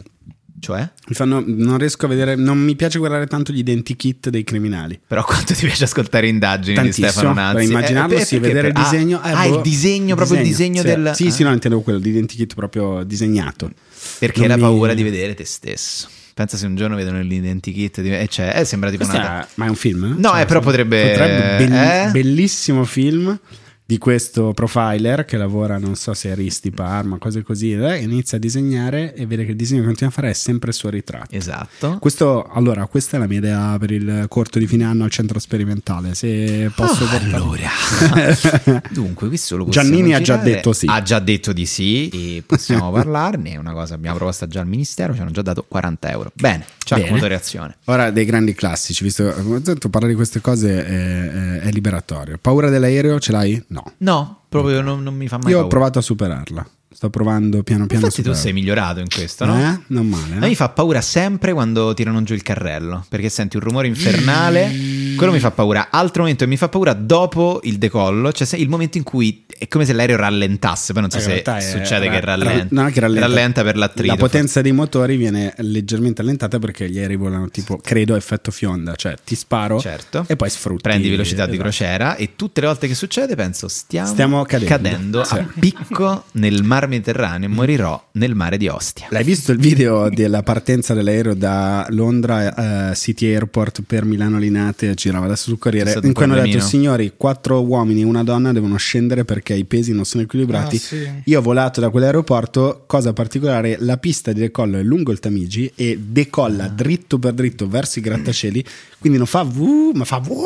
Speaker 1: Cioè?
Speaker 2: Mi fanno- non riesco a vedere, non mi piace guardare tanto gli identikit dei criminali.
Speaker 1: Però quanto ti piace ascoltare indagini
Speaker 2: Tantissimo,
Speaker 1: di Stefano Nazzi?
Speaker 2: per immaginarlo,
Speaker 1: Eh,
Speaker 2: sì,
Speaker 1: perché?
Speaker 2: vedere il
Speaker 1: Ah,
Speaker 2: disegno. eh,
Speaker 1: Ah,
Speaker 2: boh,
Speaker 1: il disegno, proprio il disegno
Speaker 2: sì.
Speaker 1: del...
Speaker 2: Sì, sì,
Speaker 1: ah,
Speaker 2: no, intendevo quello, l'identikit proprio disegnato.
Speaker 1: Perché
Speaker 2: Non
Speaker 1: la
Speaker 2: mi-
Speaker 1: paura di vedere te stesso. Pensa se un giorno vedono l'identikit di- e cioè, eh, sembra tipo
Speaker 2: Questo
Speaker 1: una...
Speaker 2: è- ma è un film? eh?
Speaker 1: No, eh, però potrebbe-
Speaker 2: belli-
Speaker 1: eh?
Speaker 2: Bellissimo film di questo profiler che lavora, non so se a Risti, Parma, cose così, eh, inizia a disegnare e vede che il disegno che continua a fare è sempre il suo ritratto.
Speaker 1: Esatto.
Speaker 2: Questo, allora, questa è la mia idea per il corto di fine anno al centro sperimentale. Se posso portare-
Speaker 1: Allora, Ah, dunque, questo lo possiamo Ah.
Speaker 2: Giannini ha già
Speaker 1: girare.
Speaker 2: detto sì.
Speaker 1: Ha già detto di sì e possiamo parlarne. È una cosa, abbiamo proposta già al ministero, ci hanno già dato 40 euro. Bene, c'è
Speaker 2: Bene.
Speaker 1: comodo reazione.
Speaker 2: Ora dei grandi classici, visto tanto parlare di queste cose è, è- è liberatorio. Paura dell'aereo ce l'hai? No.
Speaker 1: No, proprio non, non mi fa mai
Speaker 2: Io ho
Speaker 1: paura.
Speaker 2: provato a superarla. Sto provando piano piano. a
Speaker 1: Infatti tu sei
Speaker 2: superarla.
Speaker 1: migliorato in questo, no?
Speaker 2: Eh? Non male. eh?
Speaker 1: A me fa paura sempre quando tirano giù il carrello, perché senti un rumore infernale, quello mi fa paura. Altro momento che mi fa paura dopo il decollo, cioè se- il momento in cui è come se l'aereo rallentasse, poi non so
Speaker 2: Eh, in
Speaker 1: se
Speaker 2: realtà è-
Speaker 1: succede
Speaker 2: ra-
Speaker 1: che rallenta.
Speaker 2: ra- no, che rallenta.
Speaker 1: per l'attrito.
Speaker 2: La potenza dei motori viene leggermente allentata perché gli aerei volano tipo, credo, effetto fionda, cioè ti sparo
Speaker 1: Certo.
Speaker 2: e poi sfrutti.
Speaker 1: Prendi velocità di
Speaker 2: Esatto.
Speaker 1: crociera e tutte le volte che succede penso stiamo,
Speaker 2: Stiamo cadendo. Sì. Mm.
Speaker 1: a picco nel mar Mediterraneo e morirò nel mare di Ostia.
Speaker 2: L'hai visto il video della partenza dell'aereo da Londra eh, City Airport per Milano Linate? Girava adesso sul
Speaker 1: C'è
Speaker 2: Corriere.
Speaker 1: stato
Speaker 2: In
Speaker 1: un
Speaker 2: cui hanno detto:
Speaker 1: problemino.
Speaker 2: Signori, quattro uomini e una donna devono scendere perché i pesi non sono equilibrati.
Speaker 3: Ah, sì.
Speaker 2: Io ho volato da quell'aeroporto. Cosa particolare, la pista di decollo è lungo il Tamigi e
Speaker 1: Ah.
Speaker 2: decolla dritto per dritto verso i grattacieli. Quindi non fa vu, ma fa vu.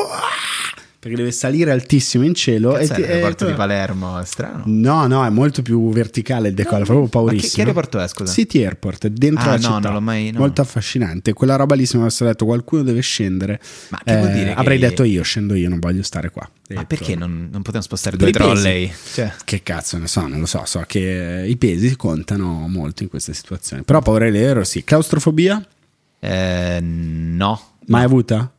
Speaker 2: Perché deve salire altissimo in cielo.
Speaker 1: Cazzo,
Speaker 2: ti-
Speaker 1: è l'aeroporto
Speaker 2: eh,
Speaker 1: di Palermo, è strano.
Speaker 2: No, no, è molto più verticale il decollo,
Speaker 1: No,
Speaker 2: è proprio
Speaker 1: ma che-
Speaker 2: paurissimo.
Speaker 1: che aeroporto è, scusa?
Speaker 2: City Airport, dentro
Speaker 1: Ah,
Speaker 2: la
Speaker 1: no,
Speaker 2: città.
Speaker 1: non l'ho mai- no.
Speaker 2: Molto affascinante. Quella roba lì, se mi avessero detto qualcuno deve scendere, Eh,
Speaker 1: Ma che vuol dire che-
Speaker 2: avrei detto io, scendo io, non voglio stare qua.
Speaker 1: Ma
Speaker 2: Detto.
Speaker 1: perché non, non potevano spostare due
Speaker 2: Per i pesi.
Speaker 1: trolley? Cioè,
Speaker 2: Che cazzo ne so, non lo so, so che i pesi contano molto in queste situazioni. Però paura dell'aereo sì. Claustrofobia?
Speaker 1: eh, no,
Speaker 2: Mai avuta?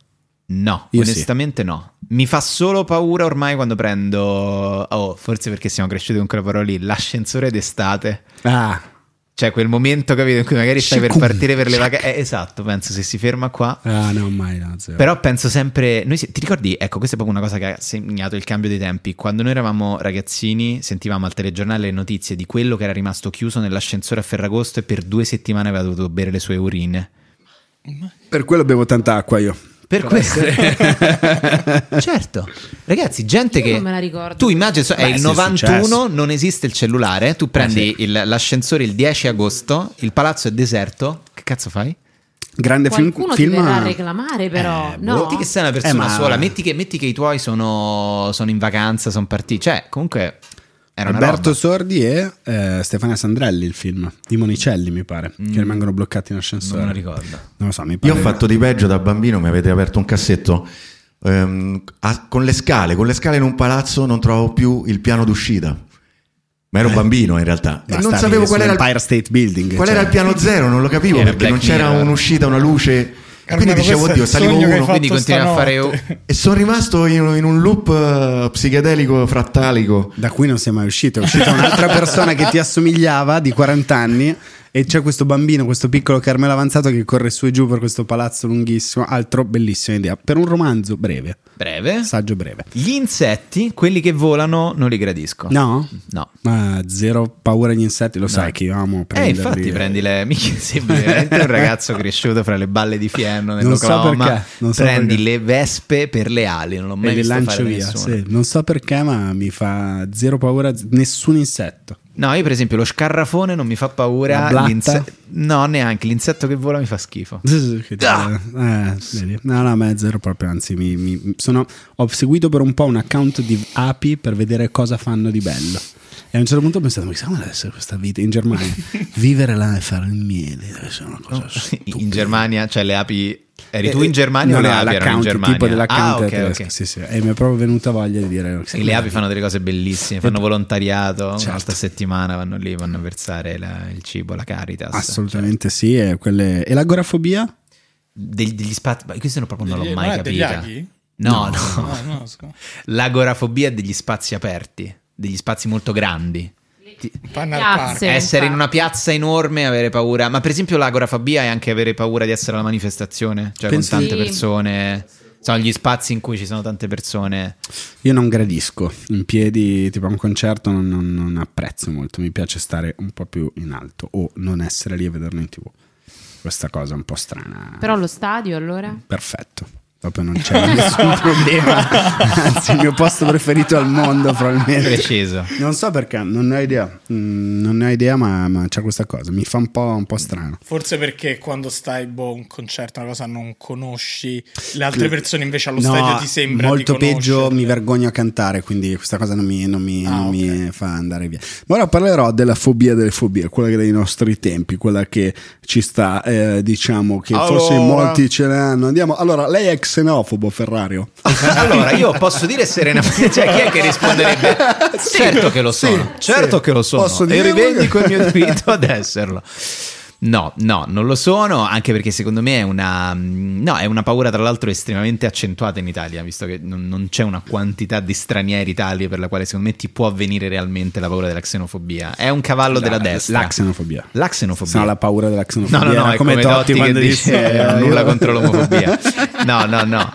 Speaker 1: No,
Speaker 2: Io sì.
Speaker 1: onestamente no. Mi fa solo paura ormai quando prendo, oh, forse perché siamo cresciuti con quella parola lì, l'ascensore d'estate.
Speaker 2: Ah,
Speaker 1: Cioè quel momento, capito, in cui magari stai per partire per le vacanze. esatto, penso se si ferma qua.
Speaker 2: Ah, Cioè. no, mai, no, zero.
Speaker 1: Però penso sempre, noi si- ti ricordi, ecco questa è proprio una cosa che ha segnato il cambio dei tempi, quando noi eravamo ragazzini sentivamo al telegiornale le notizie di quello che era rimasto chiuso nell'ascensore a Ferragosto e per due settimane aveva dovuto bere le sue urine.
Speaker 2: Per quello bevo tanta acqua io.
Speaker 1: Per questo, certo, ragazzi, gente
Speaker 7: Io
Speaker 1: che
Speaker 7: non me la ricordo.
Speaker 1: tu immagini so- è
Speaker 2: Beh,
Speaker 1: il
Speaker 2: sì, è
Speaker 1: 91,
Speaker 2: successo. Eh,
Speaker 1: non esiste il cellulare. Tu prendi il- l'ascensore il 10 agosto, il palazzo è deserto. Che cazzo fai?
Speaker 2: Eh, Grande Esatto, film,
Speaker 7: Qualcuno ti
Speaker 2: film Eh,
Speaker 7: verrà a
Speaker 2: a-
Speaker 7: reclamare, però. no,
Speaker 1: Metti che sei una persona
Speaker 2: boh. Eh, ma-
Speaker 1: sola, metti che, metti che i tuoi sono, sono in vacanza, sono partiti. Cioè, comunque era una
Speaker 2: eh, Alberto
Speaker 1: roba.
Speaker 2: Sordi e eh, Stefania Sandrelli il film di Monicelli mi pare che rimangono bloccati in ascensore
Speaker 1: Mm. Non me lo ricordo.
Speaker 2: non lo so mi pare
Speaker 8: Io ho fatto di peggio da bambino, mi avete aperto un cassetto. ehm, a- con le scale, con le scale in un palazzo non trovo più il piano d'uscita. Ma
Speaker 2: Eh.
Speaker 8: ero bambino in realtà. E
Speaker 2: Basta
Speaker 8: non
Speaker 2: arrivi
Speaker 8: sapevo qual era,
Speaker 2: sull'Empire
Speaker 8: il,
Speaker 2: State Building
Speaker 8: qual
Speaker 2: cioè.
Speaker 8: era il piano zero, non lo capivo
Speaker 1: Era
Speaker 8: perché non
Speaker 1: Black
Speaker 8: c'era
Speaker 1: Mirror.
Speaker 8: un'uscita, una luce. E
Speaker 3: Carmelo,
Speaker 8: quindi
Speaker 3: questo
Speaker 8: dicevo,
Speaker 3: è
Speaker 8: oddio,
Speaker 3: il
Speaker 8: salivo
Speaker 3: sogno che hai
Speaker 8: uno.
Speaker 1: Quindi
Speaker 3: fatto
Speaker 1: continui a fare
Speaker 3: stanotte.
Speaker 1: u-
Speaker 8: E sono rimasto in, in un loop eh, psichedelico frattalico.
Speaker 2: da cui non si è mai uscito è uscita un'altra persona che ti assomigliava di 40 anni e c'è questo bambino questo piccolo Carmelo Avanzato che corre su e giù per questo palazzo lunghissimo altro bellissima idea per un romanzo breve
Speaker 1: breve.
Speaker 2: saggio breve
Speaker 1: Gli insetti, quelli che volano, non li gradisco.
Speaker 2: no?
Speaker 1: No.
Speaker 2: ma zero paura agli insetti lo sai che io amo
Speaker 1: Eh,
Speaker 2: prenderli
Speaker 1: infatti prendi le mica sembri veramente un ragazzo cresciuto fra le balle di fieno nell'Oklahoma.
Speaker 2: perché, non so
Speaker 1: prendi
Speaker 2: perché.
Speaker 1: le vespe per le ali, non l'ho mai
Speaker 2: e le
Speaker 1: visto
Speaker 2: lancio
Speaker 1: fare
Speaker 2: via.
Speaker 1: nessuno.
Speaker 2: sì. Non so perché, ma mi fa zero paura z- nessun insetto.
Speaker 1: No, io per esempio lo scarrafone non mi fa
Speaker 2: La
Speaker 1: paura,
Speaker 2: blatta?
Speaker 1: l'inse- No, neanche l'insetto che vola mi fa schifo.
Speaker 2: Che te-
Speaker 1: Ah.
Speaker 2: eh, vedi? no, no, ma è zero proprio. Anzi, mi- mi- sono- ho seguito per un po' un account di api per vedere cosa fanno di bello. E a un certo punto ho pensato, ma chissà come deve essere questa vita in Germania? Vivere là e fare il miele deve essere una cosa
Speaker 1: Oh, In-
Speaker 2: stupida.
Speaker 1: In Germania, cioè le api. Eri tu
Speaker 2: Eh,
Speaker 1: in Germania o
Speaker 2: no,
Speaker 1: le
Speaker 2: no,
Speaker 1: api erano in
Speaker 2: l'account,
Speaker 1: Germania?
Speaker 2: Il tipo dell'account
Speaker 1: ah, ok,
Speaker 2: è tedesco,
Speaker 1: ok.
Speaker 2: sì, sì. E mi è proprio venuta voglia di dire... chissà
Speaker 1: E
Speaker 2: come-
Speaker 1: le api fanno delle cose bellissime, fanno volontariato, una
Speaker 2: Certo.
Speaker 1: volta a settimana vanno lì, vanno a versare la- il cibo, la caritas.
Speaker 2: Assolutamente sì. E, quelle- e l'agorafobia?
Speaker 1: Degli, degli spazi, ma questo non- proprio non l'ho
Speaker 3: Degli-
Speaker 1: mai
Speaker 3: non è degli
Speaker 1: capita.
Speaker 3: aghi?
Speaker 1: No, no,
Speaker 3: No, no, scusa.
Speaker 1: L'agorafobia è degli spazi aperti, degli spazi molto grandi. Ti-
Speaker 3: Panna al
Speaker 7: Piazze.
Speaker 3: parco.
Speaker 7: Sì,
Speaker 1: essere
Speaker 7: infatti.
Speaker 1: in una piazza enorme e avere paura. Ma per esempio l'agorafobia è anche avere paura di essere alla manifestazione, cioè
Speaker 2: Penso-
Speaker 1: con tante
Speaker 7: Sì.
Speaker 1: persone. Sono gli spazi in cui ci sono tante persone.
Speaker 2: Io non gradisco in piedi, tipo a un concerto, non, non- non apprezzo molto. Mi piace stare un po' più in alto o non essere lì a vederlo in tv. Questa cosa è un po' strana.
Speaker 7: Però lo stadio allora?
Speaker 1: Mm.
Speaker 2: Perfetto. Proprio non c'è nessun problema. Anzi, il mio posto preferito al mondo,
Speaker 7: Ah.
Speaker 2: probabilmente.
Speaker 1: Preciso.
Speaker 2: Non so perché, non ne ho idea. Mm, non ne ho idea, ma, ma c'è questa cosa. Mi fa un po', un po' strano.
Speaker 3: Forse perché quando stai boh, un concerto, una cosa non conosci, le altre persone invece allo
Speaker 2: No,
Speaker 3: stadio ti sembra di
Speaker 2: molto peggio
Speaker 3: conoscerle.
Speaker 2: mi vergogno a cantare quindi questa cosa non mi, non mi-
Speaker 3: Ah,
Speaker 2: non mi
Speaker 3: ok.
Speaker 2: fa andare via ma ora parlerò della fobia delle fobie quella che dei nostri tempi quella che ci sta eh, diciamo che forse
Speaker 1: Allora.
Speaker 2: molti ce l'hanno andiamo allora lei è xenofobo Ferrario
Speaker 1: Allora, io posso dire serenamente, cioè chi è che risponderebbe? certo che lo
Speaker 2: sì,
Speaker 1: sono, certo
Speaker 2: sì.
Speaker 1: che lo sono.
Speaker 2: Posso
Speaker 1: e
Speaker 2: dirlo?
Speaker 1: rivendico il mio diritto ad esserlo. No, no, non lo sono, anche perché secondo me è una, mm, no, è una paura tra l'altro estremamente accentuata in Italia, visto che non, non c'è una quantità di stranieri tali per la quale secondo me ti può avvenire realmente la paura della xenofobia. È un cavallo della
Speaker 2: La-
Speaker 1: destra.
Speaker 2: la xenofobia.
Speaker 1: La xenofobia.
Speaker 2: No, la paura della xenofobia
Speaker 1: No, no, no,
Speaker 2: Era
Speaker 1: è come, Totti,
Speaker 2: quando
Speaker 1: che dice
Speaker 2: disse, eh,
Speaker 1: nulla
Speaker 2: io-
Speaker 1: contro l'omofobia. No, no, no.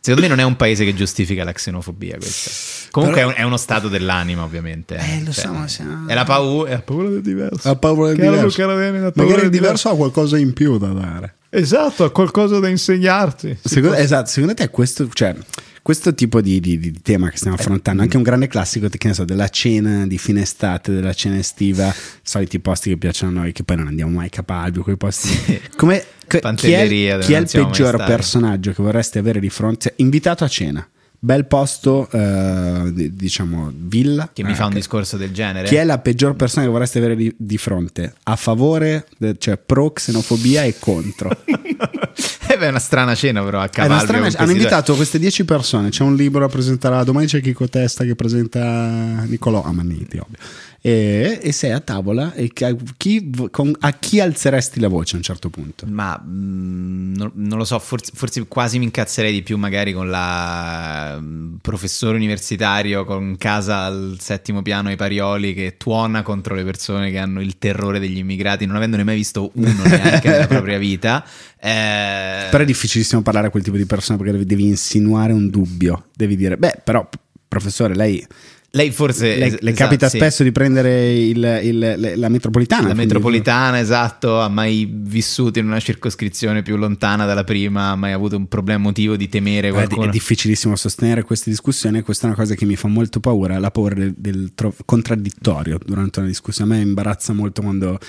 Speaker 1: Secondo me non è un paese che giustifica la xenofobia questo. Comunque
Speaker 2: Però-
Speaker 1: è, un- è uno stato dell'anima, ovviamente. Cioè,
Speaker 2: Eh, lo so, ma siamo-
Speaker 1: È la paura, è la paura del
Speaker 2: la
Speaker 1: diverso.
Speaker 2: paura del
Speaker 1: Chiaro,
Speaker 2: diverso
Speaker 1: chiaro, bene, la paura
Speaker 2: magari il
Speaker 1: del
Speaker 2: diverso ha qualcosa in più da dare
Speaker 1: Esatto, ha qualcosa da insegnarti.
Speaker 2: Secondo, esatto, secondo te questo, cioè, questo tipo di, di- di tema che stiamo
Speaker 1: Eh.
Speaker 2: affrontando, anche un grande classico che ne so, della cena di fine estate, della cena estiva, soliti posti che piacciono a noi, che poi non andiamo mai capabili, quei posti. Come, che- chi
Speaker 1: Pantelleria
Speaker 2: è,
Speaker 1: dove
Speaker 2: chi è
Speaker 1: non
Speaker 2: il
Speaker 1: siamo mai
Speaker 2: peggior
Speaker 1: stati.
Speaker 2: personaggio che vorresti avere di fronte? Invitato a cena, bel posto, eh, di- diciamo, villa.
Speaker 1: Che mi fa un
Speaker 2: anche.
Speaker 1: discorso del genere.
Speaker 2: Chi è la peggior persona che vorresti avere di, di fronte? A favore, de- cioè pro xenofobia e contro.
Speaker 1: Eh beh, è una strana cena però a
Speaker 2: È
Speaker 1: cavallo.
Speaker 2: una
Speaker 1: con
Speaker 2: strana-
Speaker 1: questi
Speaker 2: hanno
Speaker 1: due.
Speaker 2: invitato queste 10 persone. C'è un libro a presentare. Domani c'è Chico Testa che presenta Nicolò Amanniti, ovvio. e, e sei a tavola e chi- a chi, con- a chi alzeresti la voce a un certo punto?
Speaker 1: Ma mm, non, non lo so, forse, forse quasi mi incazzerei di più magari con la mm, professore universitario con casa al settimo piano ai Parioli che tuona contro le persone che hanno il terrore degli immigrati, non avendone mai visto uno neanche nella propria vita. Eh,
Speaker 2: Però è difficilissimo parlare a quel tipo di persona perché devi insinuare un dubbio, devi dire, beh però p- professore lei...
Speaker 1: lei forse
Speaker 2: le,
Speaker 1: es-
Speaker 2: le
Speaker 1: esatto,
Speaker 2: capita
Speaker 1: sì.
Speaker 2: spesso di prendere il- il- le- la metropolitana.
Speaker 1: La
Speaker 2: quindi-
Speaker 1: metropolitana, esatto, ha mai vissuto in una circoscrizione più lontana dalla prima, ha mai avuto un problema motivo di temere
Speaker 2: Guardi,
Speaker 1: qualcuno.
Speaker 2: È difficilissimo sostenere queste discussioni, e questa è una cosa che mi fa molto paura, la paura del, del tro- contraddittorio durante una discussione. A me imbarazza molto quando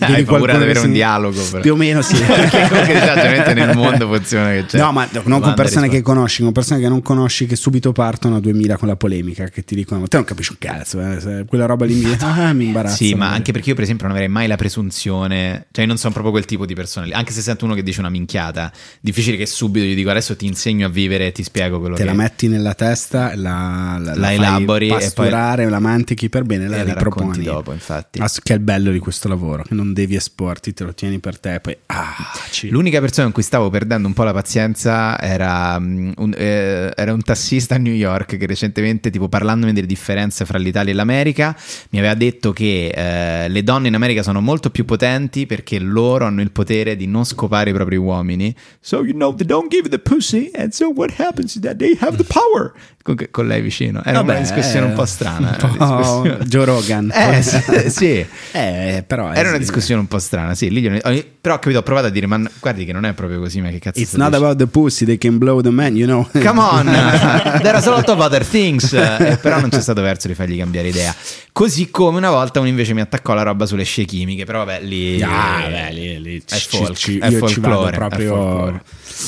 Speaker 1: Hai paura
Speaker 2: vedi qualcuno
Speaker 1: di avere
Speaker 2: che
Speaker 1: un dialogo, però.
Speaker 2: Più o meno sì.
Speaker 1: Perché comunque già generalmente nel mondo funziona che c'è
Speaker 2: No, ma non con
Speaker 1: domanda
Speaker 2: persone
Speaker 1: e
Speaker 2: che conosci, con persone che non conosci che subito partono a 2000 con la polemica che ti dicono "Ma te non capisci un cazzo, eh, se quella roba lì mi, ah, mi imbarazza".
Speaker 1: Sì, ma
Speaker 2: magari.
Speaker 1: anche perché io, per esempio, non avrei mai la presunzione, cioè, non sono proprio quel tipo di persona lì. Anche se sento uno che dice una minchiata, difficile che subito gli dico adesso ti insegno a vivere e ti spiego quello
Speaker 2: Te
Speaker 1: che
Speaker 2: la metti nella testa, la, la,
Speaker 1: La
Speaker 2: fai
Speaker 1: elabori e poi-
Speaker 2: pasturare, la mantichi per bene, la
Speaker 1: e la
Speaker 2: riproponi
Speaker 1: racconti dopo, infatti.
Speaker 2: Ah, che è il bello di questo lavoro, che non devi esporti, te lo tieni per te e poi ah, ci-
Speaker 1: L'unica persona con cui stavo perdendo un po' la pazienza era mm, un, eh, era un tassista a New York che recentemente, tipo parlandomi delle differenze fra l'Italia e l'America, mi aveva detto che eh, le donne in America sono molto più potenti perché loro hanno il potere di non scopare i propri uomini. So you know they don't give the pussy and so what happens is that they have the power. Con, con lei vicino. Era
Speaker 2: Vabbè,
Speaker 1: una discussione
Speaker 2: eh,
Speaker 1: un po' strana. era
Speaker 2: un
Speaker 1: una
Speaker 2: po'
Speaker 1: discussione-
Speaker 2: Joe Rogan.
Speaker 1: Eh, sì, sì.
Speaker 2: Eh, però eh,
Speaker 1: Era una
Speaker 2: sì.
Speaker 1: discussione un po' strana, sì. lì gli- ogni- però ho capito, ho provato a dire, ma n- guardi che non è proprio così, ma che cazzo
Speaker 2: It's
Speaker 1: stai
Speaker 2: not about the pussy, they can blow the man, you know.
Speaker 1: Come on, there are a lot of other things. Eh, però non c'è stato verso di fargli cambiare idea. Così come una volta uno invece mi attaccò la roba sulle scie chimiche. Però vabbè, lì.
Speaker 2: Ah, beh, lì, lì
Speaker 1: È
Speaker 2: ci-
Speaker 1: folk,
Speaker 2: ci-
Speaker 1: è
Speaker 2: io ci vado
Speaker 1: folklore, è folklore.
Speaker 2: proprio,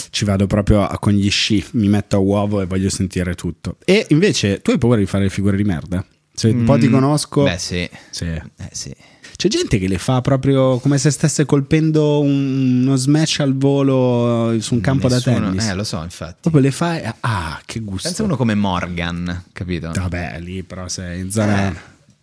Speaker 2: ci vado proprio a- con gli sci, mi metto a uovo e voglio sentire tutto. E invece tu hai paura di fare le figure di merda? Se un po' ti conosco,
Speaker 1: Mm. Beh, sì.
Speaker 2: sì.
Speaker 1: Eh, sì.
Speaker 2: C'è gente che le fa proprio come se stesse colpendo un- uno smash al volo eh, su un campo da
Speaker 1: Nessuno-
Speaker 2: tennis.
Speaker 1: Eh, lo so, infatti.
Speaker 2: Proprio le fa e- ah, che gusto.
Speaker 1: Pensa uno come Morgan, capito?
Speaker 2: Vabbè, lì però sei in
Speaker 1: Eh.
Speaker 2: zona...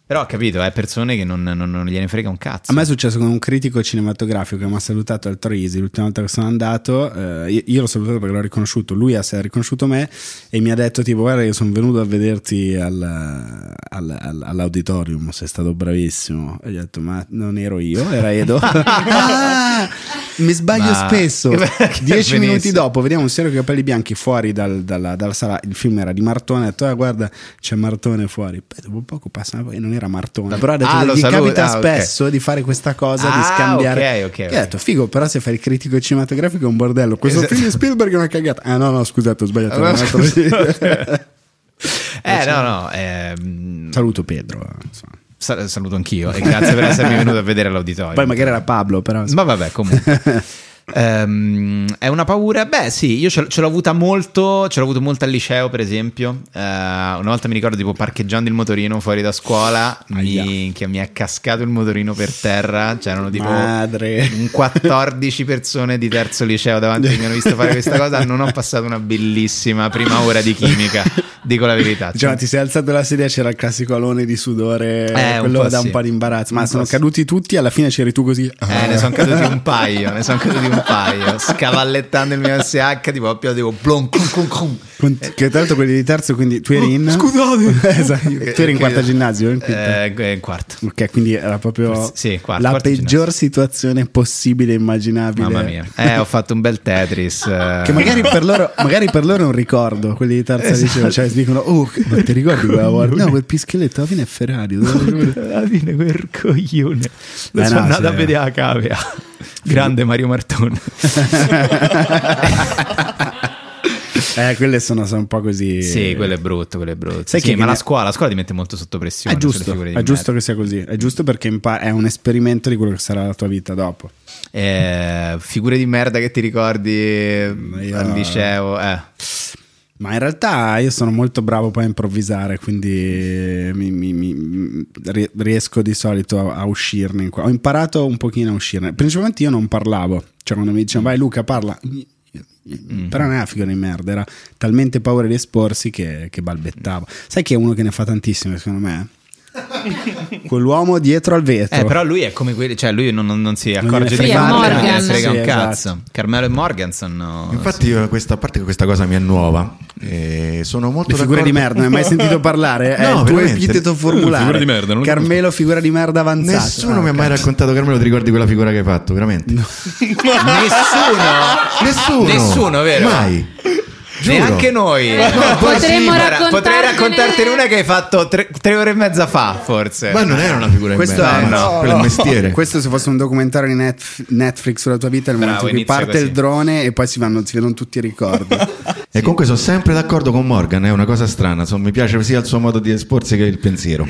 Speaker 1: Però ho capito, è persone che non, non- non gliene frega un cazzo.
Speaker 2: A me è successo con un critico cinematografico che mi ha salutato al Troisi l'ultima volta che sono andato. eh, io, io l'ho salutato perché l'ho riconosciuto, lui ha se ha riconosciuto me e mi ha detto: Tipo, guarda, io sono venuto a vederti al- al- al- all'auditorium, sei stato bravissimo. E gli ho detto: Ma non ero io, era Edo. Ah, mi sbaglio
Speaker 1: Ma-
Speaker 2: spesso.
Speaker 1: Che be-
Speaker 2: Dieci
Speaker 1: che
Speaker 2: minuti
Speaker 1: benissimo.
Speaker 2: dopo, vediamo un serio con i capelli bianchi fuori dal- dalla, dalla sala. Il film era di Martone. Ho detto: ah, Guarda, c'è Martone fuori. Poi dopo poco passa e non era Martone. Però ha detto:
Speaker 1: Ah, lo
Speaker 2: Gli
Speaker 1: saluta,
Speaker 2: capita
Speaker 1: ah, ok."
Speaker 2: spesso di fare questa cosa, di
Speaker 1: Ah,
Speaker 2: scambiare.
Speaker 1: ok, ok,
Speaker 2: Io
Speaker 1: ok.
Speaker 2: ho detto, figo, però se fai il critico cinematografico è un bordello. Questo
Speaker 1: Esatto. Ah,
Speaker 2: film di Spielberg è una cagata. Ah no, no, scusate, ho sbagliato.
Speaker 1: Allora,
Speaker 2: era un altro
Speaker 1: scusate.
Speaker 2: film.
Speaker 1: Eh, no, no. ehm,
Speaker 2: Saluto Pedro. insomma.
Speaker 1: sal- saluto anch'io e grazie per essermi venuto a vedere all'auditorio.
Speaker 2: Poi magari era Pablo, però.
Speaker 1: Ma vabbè, comunque. Ehm, è una paura, beh sì, io ce, l'ho- ce l'ho avuta molto, ce l'ho avuto molto al liceo per esempio, Eh, una volta mi ricordo tipo parcheggiando il motorino fuori da scuola,
Speaker 2: Aia.
Speaker 1: minchia, mi è cascato il motorino per terra, c'erano tipo
Speaker 2: Madre.
Speaker 1: un 14 persone di terzo liceo davanti che mi hanno visto fare questa cosa, non ho passato una bellissima prima ora di chimica, dico la verità.
Speaker 2: Diciamo, ti sei alzato dalla sedia, c'era il classico alone di sudore,
Speaker 1: Eh, un
Speaker 2: quello
Speaker 1: po'
Speaker 2: da un
Speaker 1: sì.
Speaker 2: po' di imbarazzo. Ma
Speaker 1: Un po'
Speaker 2: sono
Speaker 1: sì.
Speaker 2: caduti tutti, alla fine c'eri tu così.
Speaker 1: Eh, ne sono caduti un paio, ne sono caduti un paio, scavallettando il mio SH, tipo proprio tipo blon, cum, cum, cum.
Speaker 2: Con- Che tra l'altro quelli di terzo, quindi tu eri in.
Speaker 1: Oh, Scusate.
Speaker 2: Esatto. Tu eri in quarta ginnasio? In quinta?
Speaker 1: Eh, in quarto.
Speaker 2: Ok, quindi era proprio
Speaker 1: Sì, quarto,
Speaker 2: la
Speaker 1: quarto
Speaker 2: peggior
Speaker 1: ginnasio.
Speaker 2: situazione possibile e immaginabile.
Speaker 1: Mamma mia. Eh, ho fatto un bel Tetris. eh.
Speaker 2: Che magari per, loro, magari per loro è un ricordo, quelli di terza
Speaker 1: Esatto.
Speaker 2: liceo, cioè dicono, oh, che- ma ti ricordi quella volta? No, quel pischeletto alla fine è Ferrari.
Speaker 1: alla fine quel coglione lo
Speaker 2: Eh,
Speaker 1: sono
Speaker 2: no,
Speaker 1: andato
Speaker 2: sì.
Speaker 1: a vedere a cavea grande Mario Martone
Speaker 2: eh, quelle sono, sono un po' così.
Speaker 1: sì quello è brutto quello è brutto
Speaker 2: Sai
Speaker 1: Sì,
Speaker 2: che
Speaker 1: ma la
Speaker 2: ne-
Speaker 1: scuola la scuola ti mette molto sotto pressione
Speaker 2: È
Speaker 1: sulle
Speaker 2: giusto,
Speaker 1: figure di
Speaker 2: è giusto
Speaker 1: merda.
Speaker 2: che sia così, è giusto perché impa- è un esperimento di quello che sarà la tua vita dopo.
Speaker 1: Eh, figure di merda che ti ricordi
Speaker 2: io-
Speaker 1: al liceo eh.
Speaker 2: Ma in realtà io sono molto bravo poi a improvvisare, quindi mi- mi- mi- ri- riesco di solito a, a uscirne. in qua- Ho imparato un pochino a uscirne. Principalmente io non parlavo, cioè quando mi dicevano vai Luca parla,
Speaker 1: Mm-hmm.
Speaker 2: però non era figo di merda, era talmente paura di esporsi che, che balbettavo. Sai che è uno che ne fa tantissimo secondo me? Quell'uomo dietro al vetro.
Speaker 1: Eh, però lui è come quelli, cioè lui non, non- non si
Speaker 2: gliene
Speaker 1: accorge di
Speaker 7: frega
Speaker 1: farlo, non
Speaker 7: Morgan.
Speaker 1: gliene frega
Speaker 2: Sì,
Speaker 1: un
Speaker 2: esatto.
Speaker 1: cazzo. Carmelo e Morgan sono...
Speaker 8: Infatti, io questa, a parte che questa cosa mi è nuova, eh, sono molto
Speaker 2: Le figure
Speaker 8: d'accordo-
Speaker 2: di merda, non hai mai sentito parlare? È
Speaker 8: No,
Speaker 2: il tuo
Speaker 8: veramente.
Speaker 2: epiteto formulare.
Speaker 9: Figura di merda, non lo
Speaker 2: Carmelo, figura di merda avanzata.
Speaker 8: Nessuno
Speaker 2: Ah,
Speaker 8: mi ha mai
Speaker 2: ok.
Speaker 8: raccontato, Carmelo, ti ricordi quella figura che hai fatto, veramente?
Speaker 1: Nessuno!
Speaker 8: Nessuno!
Speaker 1: Nessuno, vero?
Speaker 8: Mai! Giuro. Eh,
Speaker 1: Neanche noi.
Speaker 8: No, poi
Speaker 7: Potremmo
Speaker 8: sì,
Speaker 1: Guarda, Potrei
Speaker 7: raccontartene-
Speaker 1: raccontartene una che hai fatto tre, tre ore e mezza fa, forse.
Speaker 8: Ma non era una figura di
Speaker 2: Questo
Speaker 8: merda,
Speaker 2: è-
Speaker 8: no,
Speaker 2: Eh, no,
Speaker 8: quello è un mestiere.
Speaker 2: Questo se fosse un documentario di Netf- Netflix sulla tua vita, è il
Speaker 1: Bravo,
Speaker 2: momento in cui
Speaker 1: inizia
Speaker 2: parte
Speaker 1: così.
Speaker 2: il drone e poi si, vanno, si vedono tutti i ricordi.
Speaker 8: E comunque sono sempre d'accordo con Morgan, è una cosa strana, insomma, mi piace sia il suo modo di esporsi che il pensiero.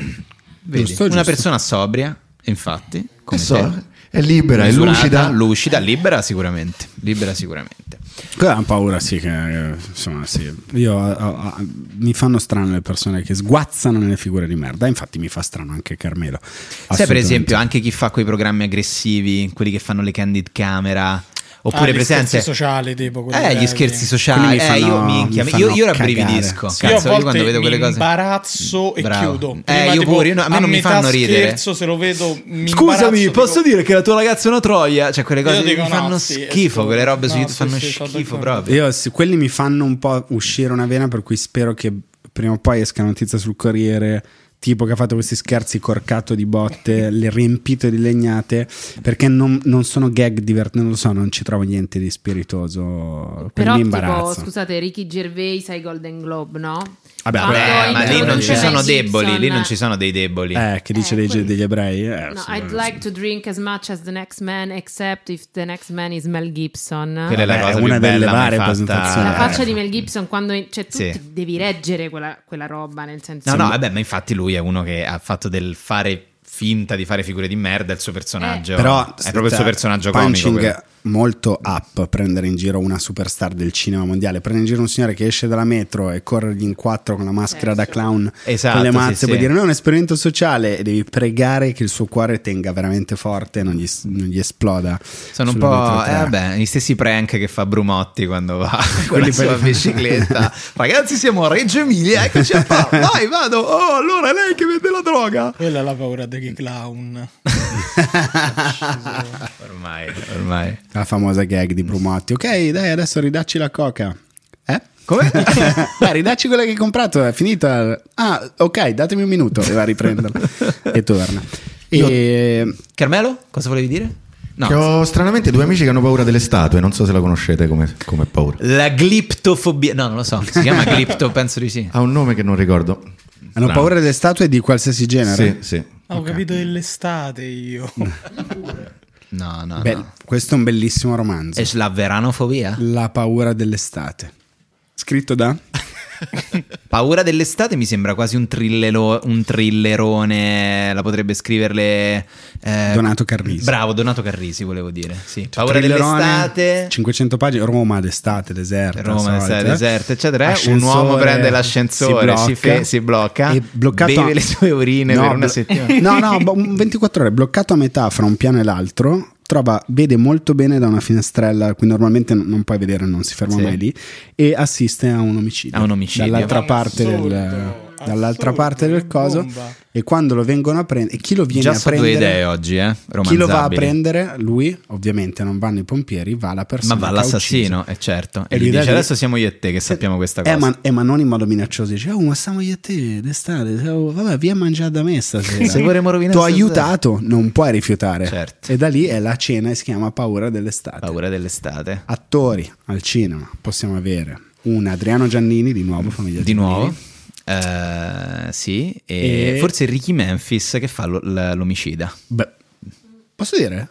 Speaker 1: Vedi,
Speaker 2: Giusto,
Speaker 1: una
Speaker 2: giusto.
Speaker 1: persona sobria, infatti, come
Speaker 8: Che so,
Speaker 1: te.
Speaker 8: è libera, è
Speaker 1: Misurata,
Speaker 8: lucida.
Speaker 1: lucida, libera sicuramente, libera sicuramente.
Speaker 2: Quella è una paura, sì. Che, eh, insomma, sì. Io, ho- ho- mi fanno strano le persone che sguazzano nelle figure di merda. Infatti, mi fa strano anche Carmelo.
Speaker 1: Sai per
Speaker 2: Assolutamente.
Speaker 1: esempio anche chi fa quei programmi aggressivi, quelli che fanno le candid camera, oppure
Speaker 3: Ah, gli
Speaker 1: presente...
Speaker 3: scherzi sociali, tipo, quelli
Speaker 1: eh, gli
Speaker 3: brevi.
Speaker 1: scherzi
Speaker 2: Quelli
Speaker 1: sociali,
Speaker 2: mi
Speaker 1: eh, io
Speaker 2: fanno-
Speaker 1: minchia,
Speaker 2: mi
Speaker 1: io,
Speaker 2: fanno
Speaker 1: io
Speaker 2: cagare.
Speaker 1: rabbrividisco.
Speaker 2: Sì.
Speaker 1: Cazzo,
Speaker 3: io a
Speaker 1: io,
Speaker 3: volte
Speaker 1: quando vedo quelle
Speaker 3: mi
Speaker 1: cose...
Speaker 3: imbarazzo e
Speaker 1: Bravo.
Speaker 3: chiudo.
Speaker 1: Eh,
Speaker 3: Prima,
Speaker 1: io
Speaker 3: tipo,
Speaker 1: pure, io no- a me non mi
Speaker 3: metà
Speaker 1: fanno ridere.
Speaker 3: scherzo, se lo vedo, mi
Speaker 1: Scusami,
Speaker 3: imbarazzo,
Speaker 1: posso
Speaker 3: dico-
Speaker 1: dire che la tua ragazza è una troia? Cioè, quelle
Speaker 3: Io
Speaker 1: cose
Speaker 3: dico
Speaker 1: mi
Speaker 3: no,
Speaker 1: fanno
Speaker 3: sì, è
Speaker 1: schifo,
Speaker 3: stupido.
Speaker 1: quelle robe su
Speaker 3: No,
Speaker 1: YouTube
Speaker 3: sì,
Speaker 1: fanno
Speaker 3: sì, sono
Speaker 1: schifo
Speaker 3: d'accordo.
Speaker 1: proprio.
Speaker 2: Io, sì, quelli mi fanno un po' uscire una vena, per cui spero che prima o poi esca una notizia sul Corriere. Tipo che ha fatto questi scherzi corcato di botte, le riempito di legnate, perché non, non sono gag divertenti, non lo so, non ci trovo niente di spiritoso. Per
Speaker 7: Però
Speaker 2: mi
Speaker 7: tipo,
Speaker 2: imbarazzo.
Speaker 7: scusate, Ricky Gervais ai Golden Globe, Ah, no?
Speaker 2: Vabbè,
Speaker 3: Eh,
Speaker 7: Quando
Speaker 1: Beh, Eh, ma lì non ci
Speaker 7: introduceva
Speaker 1: sono
Speaker 7: Mel
Speaker 1: deboli, lì
Speaker 7: Gibson-
Speaker 1: non ci sono dei deboli.
Speaker 2: Eh, che dice
Speaker 7: Eh,
Speaker 2: dei-
Speaker 7: quello.
Speaker 2: degli ebrei? Eh,
Speaker 7: No,
Speaker 2: sì,
Speaker 7: I'd
Speaker 2: vabbè,
Speaker 7: like to drink as much as the next man, except if the next man is Mel Gibson.
Speaker 1: Quella è la
Speaker 3: eh,
Speaker 2: Vabbè,
Speaker 1: cosa
Speaker 2: una
Speaker 1: più
Speaker 2: delle
Speaker 1: bella mai
Speaker 2: varie
Speaker 1: fatta.
Speaker 2: presentazioni.
Speaker 7: la
Speaker 2: eh.
Speaker 7: faccia di Mel Gibson quando cioè tu
Speaker 1: Sì.
Speaker 7: ti devi reggere quella, quella roba nel senso
Speaker 1: No, no, vabbè, ma infatti lui è uno che ha fatto del fare finta di fare figure di merda il suo
Speaker 7: Eh,
Speaker 1: personaggio.
Speaker 2: Però
Speaker 1: è proprio il
Speaker 3: cioè,
Speaker 1: suo personaggio comico.
Speaker 2: punching
Speaker 1: quello.
Speaker 2: molto up prendere in giro una superstar del cinema mondiale. Prendere in giro un signore che esce dalla metro e corre in quattro con la maschera da clown
Speaker 1: Esatto,
Speaker 2: con le
Speaker 1: sì,
Speaker 2: mazze
Speaker 1: sì.
Speaker 2: puoi dire no, è un esperimento sociale e devi pregare che il suo cuore tenga veramente forte e non gli, non gli esploda.
Speaker 1: Sono un
Speaker 2: sulla
Speaker 1: po'. Eh,
Speaker 2: vetrata.
Speaker 1: vabbè, gli stessi prank che fa Brumotti quando va con la
Speaker 2: Quelli
Speaker 1: sua
Speaker 2: per-
Speaker 1: bicicletta. Ragazzi, siamo a Reggio Emilia, eccoci a fa. Vai, vado. Oh, allora lei che vende la droga.
Speaker 3: Quella è la paura dei clown.
Speaker 1: Ormai, ormai.
Speaker 2: La famosa gag di Brumotti. Ok, dai, adesso ridacci la coca. Eh?
Speaker 1: Come?
Speaker 2: Dai, ridacci quella che hai comprato, è finita. Ah, ok, datemi un minuto e va a riprenderla. e torna. E...
Speaker 1: Carmelo, cosa volevi dire? No.
Speaker 8: Che ho stranamente due amici che hanno paura delle statue, non so se la conoscete come, come paura.
Speaker 1: La gliptofobia. No, non lo so. Si chiama glipto, penso di sì.
Speaker 8: Ha un nome che non ricordo.
Speaker 2: Hanno
Speaker 1: Bravo.
Speaker 2: paura delle statue di qualsiasi genere.
Speaker 8: Sì, sì.
Speaker 3: Ah, Ho capito dell'estate io.
Speaker 1: No, no.
Speaker 2: Bel-
Speaker 1: no.
Speaker 2: Questo è un bellissimo romanzo.
Speaker 1: Es la veranofobia?
Speaker 2: La paura dell'estate. Scritto da?
Speaker 1: Paura dell'estate mi sembra quasi un, trillelo- un thrillerone, la potrebbe scriverle... eh,
Speaker 2: Donato Carrisi.
Speaker 1: Bravo, Donato Carrisi volevo dire. Sì.
Speaker 2: Cioè,
Speaker 1: Paura
Speaker 2: Thrillerone,
Speaker 1: dell'estate,
Speaker 2: 500 pagine, Roma d'estate, deserta.
Speaker 1: Roma
Speaker 2: solita.
Speaker 1: d'estate, deserta, eccetera. Un
Speaker 2: eh. Ascensore,
Speaker 1: uomo prende l'ascensore,
Speaker 2: si
Speaker 1: si
Speaker 2: blocca,
Speaker 1: fe- si blocca,
Speaker 2: e bloccato
Speaker 1: beve le sue urine per una
Speaker 2: blo-
Speaker 1: settimana.
Speaker 2: No, no, bo- un 24 ore, bloccato a metà fra un piano e l'altro. Trova, vede molto bene da una finestrella, qui normalmente non- non puoi vedere, non si ferma
Speaker 1: Sì.
Speaker 2: mai lì. E assiste a un omicidio.
Speaker 1: A un omicidio.
Speaker 2: Dall'altra
Speaker 3: Madonna,
Speaker 2: parte
Speaker 3: assurdo,
Speaker 2: del. Dall'altra
Speaker 3: assurdo,
Speaker 2: parte del coso.
Speaker 3: bomba.
Speaker 2: E quando lo vengono a prendere. E chi lo viene
Speaker 1: Già
Speaker 2: a
Speaker 1: so
Speaker 2: prendere?
Speaker 1: due idee oggi, eh?
Speaker 2: Chi lo va a
Speaker 1: romanzabili.
Speaker 2: prendere? Lui, ovviamente, non vanno i pompieri, va la persona.
Speaker 1: Ma va
Speaker 2: che ha
Speaker 1: l'assassino,
Speaker 2: ucciso.
Speaker 1: è certo. E,
Speaker 2: E
Speaker 1: gli
Speaker 2: lui
Speaker 1: dice
Speaker 2: deve-
Speaker 1: adesso siamo io e te che sappiamo questa
Speaker 2: Eh,
Speaker 1: cosa.
Speaker 2: ma, eh, ma non in modo minaccioso, dice: Oh, ma stiamo io e te d'estate. siamo- Vabbè, via a mangiare da me stasera.
Speaker 1: Se vorremmo rovinare
Speaker 2: Ti ho
Speaker 1: stasera.
Speaker 2: aiutato, non puoi rifiutare.
Speaker 1: Certo.
Speaker 2: E da lì è la cena e si chiama Paura dell'estate.
Speaker 1: Paura
Speaker 2: Ah,
Speaker 1: dell'estate.
Speaker 2: Attori al cinema possiamo avere un Adriano Giannini, di nuovo, famiglia
Speaker 1: Di
Speaker 2: Giannini.
Speaker 1: nuovo. Eh, sì, e,
Speaker 2: E-
Speaker 1: forse Ricky Memphis che fa lo- l- l'omicida.
Speaker 2: Beh, posso dire?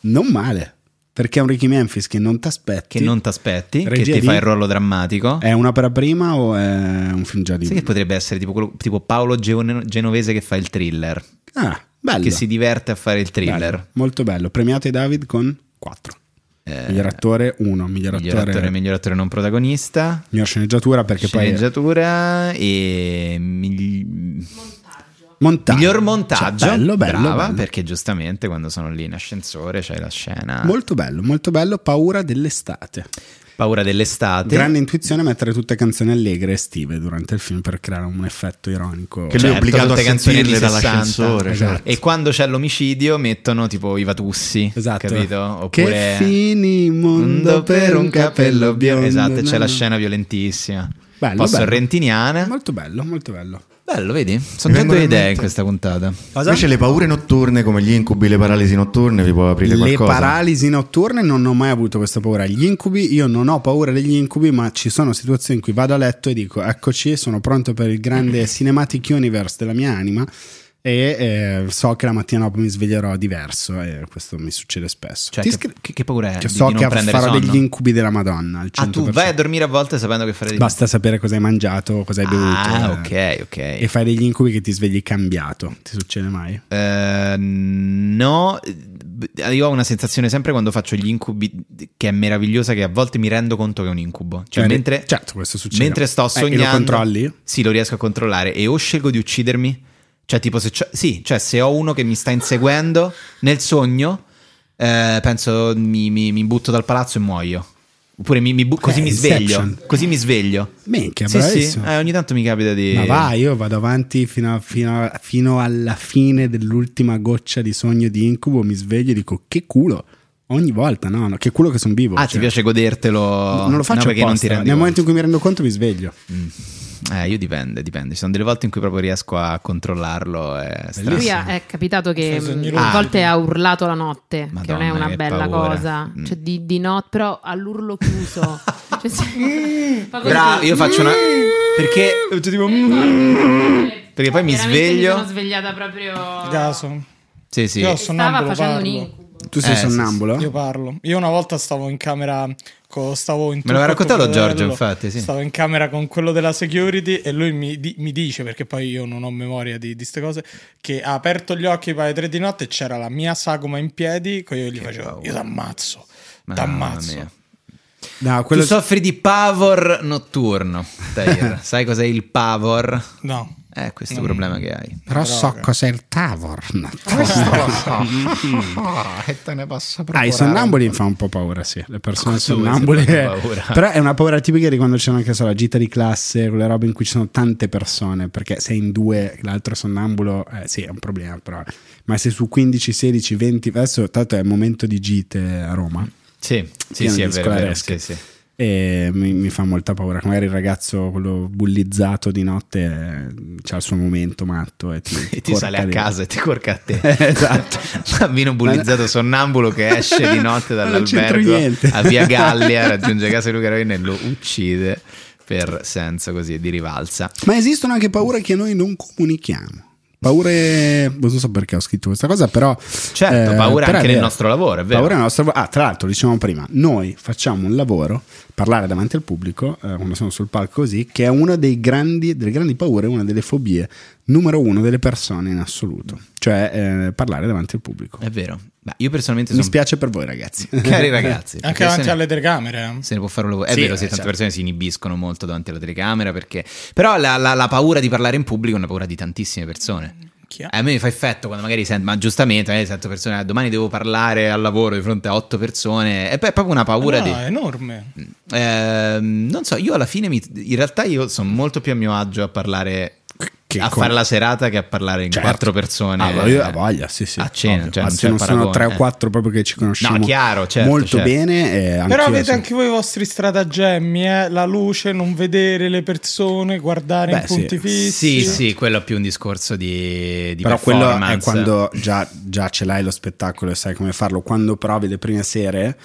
Speaker 2: Non male. Perché è un Ricky Memphis che non t'aspetti.
Speaker 1: Che non t'aspetti, che
Speaker 2: Regia
Speaker 1: ti
Speaker 2: di-
Speaker 1: fa il ruolo drammatico.
Speaker 2: È un'opera prima o è un film già di
Speaker 1: Sai che potrebbe essere tipo, quello- tipo Paolo Geo- Genovese che fa il thriller,
Speaker 2: Ah, bello.
Speaker 1: che si diverte a fare il
Speaker 2: Bello,
Speaker 1: thriller. Eh,
Speaker 2: molto bello. Premiato i David con 4. miglior attore 1, miglior,
Speaker 1: Miglior
Speaker 2: attore,
Speaker 1: attore, miglior attore non protagonista.
Speaker 2: miglior sceneggiatura perché poi
Speaker 1: sceneggiatura e migli-
Speaker 2: Montaggio.
Speaker 1: Miglior montaggio.
Speaker 2: Cioè, bello, bello,
Speaker 1: Brava,
Speaker 2: bello.
Speaker 1: perché giustamente quando sono lì in ascensore c'è la scena.
Speaker 2: Molto bello, molto bello. Paura dell'estate.
Speaker 1: Paura dell'estate.
Speaker 2: Grande intuizione mettere tutte canzoni allegre e estive durante il film per creare un effetto ironico. Cioè,
Speaker 8: Che lui è
Speaker 1: Certo,
Speaker 8: obbligato a
Speaker 1: tutte canzoni
Speaker 8: sentirle
Speaker 1: anni 60,
Speaker 8: dall'ascensore.
Speaker 2: esatto.
Speaker 8: certo.
Speaker 1: E quando c'è l'omicidio mettono tipo i Vatussi,
Speaker 2: Esatto.
Speaker 1: capito?
Speaker 2: Che
Speaker 1: Oppure
Speaker 2: fini mondo per un capello biondo.
Speaker 1: Esatto, e c'è
Speaker 2: No, no.
Speaker 1: la scena violentissima.
Speaker 2: Bello,
Speaker 1: un po'
Speaker 2: bello.
Speaker 1: sorrentiniana.
Speaker 2: Molto bello, molto bello.
Speaker 1: Bello, vedi? Sono già
Speaker 8: vengono
Speaker 1: due
Speaker 8: in
Speaker 1: idee
Speaker 8: mente-
Speaker 1: in questa puntata.
Speaker 8: Invece le paure notturne, come gli incubi, le paralisi notturne, vi può aprire
Speaker 2: Le
Speaker 8: qualcosa.
Speaker 2: paralisi notturne non ho mai avuto questa paura. Gli incubi, io non ho paura degli incubi, ma ci sono situazioni in cui vado a letto e dico: Eccoci, sono pronto per il grande cinematic universe della mia anima. E eh, so che la mattina dopo mi sveglierò diverso, e questo mi succede spesso.
Speaker 1: Cioè,
Speaker 2: Ti
Speaker 1: che,
Speaker 2: scri-
Speaker 1: che- che paura è? di-
Speaker 2: Cioè, so
Speaker 1: di non
Speaker 2: che
Speaker 1: prendere
Speaker 2: farò
Speaker 1: sonno?
Speaker 2: degli incubi della Madonna. Al 100%.
Speaker 1: Ah, tu vai a dormire a volte sapendo che farai degli
Speaker 2: Basta sapere cosa hai mangiato, cosa hai
Speaker 1: Ah,
Speaker 2: bevuto. eh,
Speaker 1: ok, ok.
Speaker 2: E fai degli incubi che ti svegli cambiato. Ti succede mai?
Speaker 1: Eh, no, b- io ho una sensazione sempre quando faccio gli incubi che è meravigliosa, che a volte mi rendo conto che è un incubo. Cioè,
Speaker 2: Cioè,
Speaker 1: mentre,
Speaker 2: certo, questo succede.
Speaker 1: mentre
Speaker 2: Eh,
Speaker 1: sto
Speaker 2: e lo
Speaker 1: sognando,
Speaker 2: controlli?
Speaker 1: Sì, lo riesco a controllare e o scelgo di uccidermi, cioè, tipo, se, c'ho- sì, cioè, se ho uno che mi sta inseguendo nel sogno, eh, penso mi, mi- mi butto dal palazzo e muoio. Oppure mi, mi bu- così
Speaker 2: Eh,
Speaker 1: mi
Speaker 2: Inception.
Speaker 1: sveglio. Così mi sveglio.
Speaker 2: Minchia,
Speaker 1: Sì, sì,
Speaker 2: bravissimo.
Speaker 1: eh, ogni tanto mi capita di.
Speaker 2: Ma va, io vado avanti fino, a- fino a- fino alla fine dell'ultima goccia di sogno di incubo. Mi sveglio e dico: Che culo! Ogni volta, no, no, che culo che sono vivo.
Speaker 1: Ah, ti
Speaker 2: cioè.
Speaker 1: piace godertelo?
Speaker 2: Non lo faccio
Speaker 1: no, perché non ti rendi
Speaker 2: apposta. Nel
Speaker 1: conto.
Speaker 2: momento in cui mi rendo conto, mi sveglio.
Speaker 1: Eh, io dipende, dipende. Ci sono delle volte in cui proprio riesco a controllarlo. È strano.
Speaker 7: Lui ha- è capitato che
Speaker 3: Fa sogni
Speaker 7: mh,
Speaker 1: lunghi.
Speaker 7: a volte ha urlato la notte, che non è
Speaker 1: Madonna,
Speaker 7: una
Speaker 1: che
Speaker 7: bella
Speaker 1: paura.
Speaker 7: cosa,
Speaker 1: Mm.
Speaker 7: cioè di, di notte, però all'urlo chiuso. Cioè, se- fa così.
Speaker 1: Bra- io faccio una. Perché. tipo,
Speaker 7: mm.
Speaker 2: Mm.
Speaker 1: Perché poi mi
Speaker 7: Veramente Mi sono
Speaker 1: sveglio.
Speaker 7: svegliata proprio.
Speaker 3: Gaso.
Speaker 1: Sì, sì.
Speaker 3: Io
Speaker 7: E Stava
Speaker 3: Sonnambulo,
Speaker 7: facendo un
Speaker 3: parlo.
Speaker 7: incubo.
Speaker 2: Tu sei
Speaker 1: Eh, sì,
Speaker 2: sonnambulo?
Speaker 3: Io parlo. Io una volta stavo in camera. co- Stavo in
Speaker 1: Me l'aveva
Speaker 3: trucco
Speaker 1: raccontato
Speaker 3: con quello
Speaker 1: Giorgio,
Speaker 3: dello-
Speaker 1: infatti, sì.
Speaker 3: Stavo in camera con quello della security e lui mi, di- mi dice, perché poi io non ho memoria di queste cose, che ha aperto gli occhi poi alle tre di notte e c'era la mia sagoma in piedi. che Io gli facevo,
Speaker 1: paura.
Speaker 3: io t'ammazzo,
Speaker 1: Madonna mia.
Speaker 3: t'ammazzo.
Speaker 2: No,
Speaker 1: Tu
Speaker 2: quello
Speaker 1: soffri di pavor notturno. Tahir. Sai cos'è il pavor?
Speaker 3: No.
Speaker 1: Eh, questo è il problema che hai.
Speaker 2: Però so cos'è il Tavorn. Ah, i sonnambuli mi fa un po' paura, sì. Le persone
Speaker 1: Questo vuoi
Speaker 2: sonnambule.
Speaker 1: se fanno paura.
Speaker 2: Però è una paura tipica di quando c'è anche so, la gita di classe, quelle robe in cui ci sono tante persone. Perché sei in due, l'altro sonnambulo, eh, sì, è un problema, però. Ma sei su 15, 16, 20. Adesso, tanto è il momento di gite a Roma.
Speaker 1: Sì, sì,
Speaker 2: pieno
Speaker 1: sì, è vero. è
Speaker 2: di
Speaker 1: vero,
Speaker 2: scolaresche.
Speaker 1: sì, sì.
Speaker 2: E mi, mi fa molta paura. che Magari il ragazzo, quello bullizzato di notte, ha il suo momento matto e ti,
Speaker 1: E ti sale a
Speaker 2: porca
Speaker 1: casa e ti corca a te.
Speaker 2: Esatto.
Speaker 1: Bambino bullizzato sonnambulo che esce di notte
Speaker 2: Ma non c'entra
Speaker 1: dall'albergo
Speaker 2: niente.
Speaker 1: a via Gallia, raggiunge casa di Luca Ravina e lo uccide per senso così di rivalsa.
Speaker 2: Ma esistono anche paure che noi non comunichiamo. Paure, non so perché ho scritto questa cosa, però. eh,
Speaker 1: Certo, paura
Speaker 2: però è
Speaker 1: anche nel
Speaker 2: vero.
Speaker 1: nostro lavoro, è vero.
Speaker 2: Paura nel nostro lavoro. Ah, tra l'altro, dicevamo prima, noi facciamo un lavoro, parlare davanti al pubblico, eh, quando sono sul palco così, che è una dei grandi, delle grandi paure, una delle fobie numero uno delle persone in assoluto. Cioè, eh, parlare davanti al pubblico.
Speaker 1: È vero. Ma io personalmente
Speaker 2: Mi
Speaker 1: sono...
Speaker 2: spiace per voi, ragazzi.
Speaker 1: Cari ragazzi. perché
Speaker 3: Anche
Speaker 1: se
Speaker 3: davanti
Speaker 1: ne-
Speaker 3: alle telecamere. eh.
Speaker 1: Se ne può fare un lavoro. È
Speaker 2: Sì,
Speaker 1: vero,
Speaker 2: eh,
Speaker 1: sì, tante
Speaker 2: certo.
Speaker 1: persone si inibiscono molto davanti alla telecamera perché... Però la, la- la paura di parlare in pubblico è una paura di tantissime persone.
Speaker 3: Chi è?
Speaker 1: Eh, A me mi fa effetto quando magari sento, ma giustamente, magari sento persone, "Ah, domani devo parlare al lavoro di fronte a otto persone. E poi è proprio una paura
Speaker 3: No, eh.
Speaker 1: di... Mm,
Speaker 3: è enorme.
Speaker 1: Ehm, non so, io alla fine mi- in realtà io sono molto più a mio agio a parlare
Speaker 2: Che
Speaker 1: a
Speaker 2: con-
Speaker 1: fare la serata che a parlare in
Speaker 2: Certo.
Speaker 1: quattro persone. eh,
Speaker 2: Ah, io ho voglia, sì, sì.
Speaker 1: A cena,
Speaker 2: ovvio.
Speaker 1: cioè, non
Speaker 2: Anzi,
Speaker 1: c'è
Speaker 2: non sono
Speaker 1: paragone,
Speaker 2: tre o
Speaker 1: eh.
Speaker 2: quattro proprio che ci conosciamo
Speaker 1: No, chiaro, certo,
Speaker 2: molto
Speaker 1: certo.
Speaker 2: bene. eh,
Speaker 3: Però
Speaker 2: anch'io
Speaker 3: avete
Speaker 2: sono-
Speaker 3: anche voi i vostri stratagemmi, eh? la luce, non vedere le persone, guardare
Speaker 2: Beh,
Speaker 3: in
Speaker 2: sì.
Speaker 3: punti fissi.
Speaker 1: Sì, sì, quello è più un discorso di, di
Speaker 2: Però quello è
Speaker 1: performance.
Speaker 2: quando già, già ce l'hai lo spettacolo e sai come farlo. Quando provi le prime sere,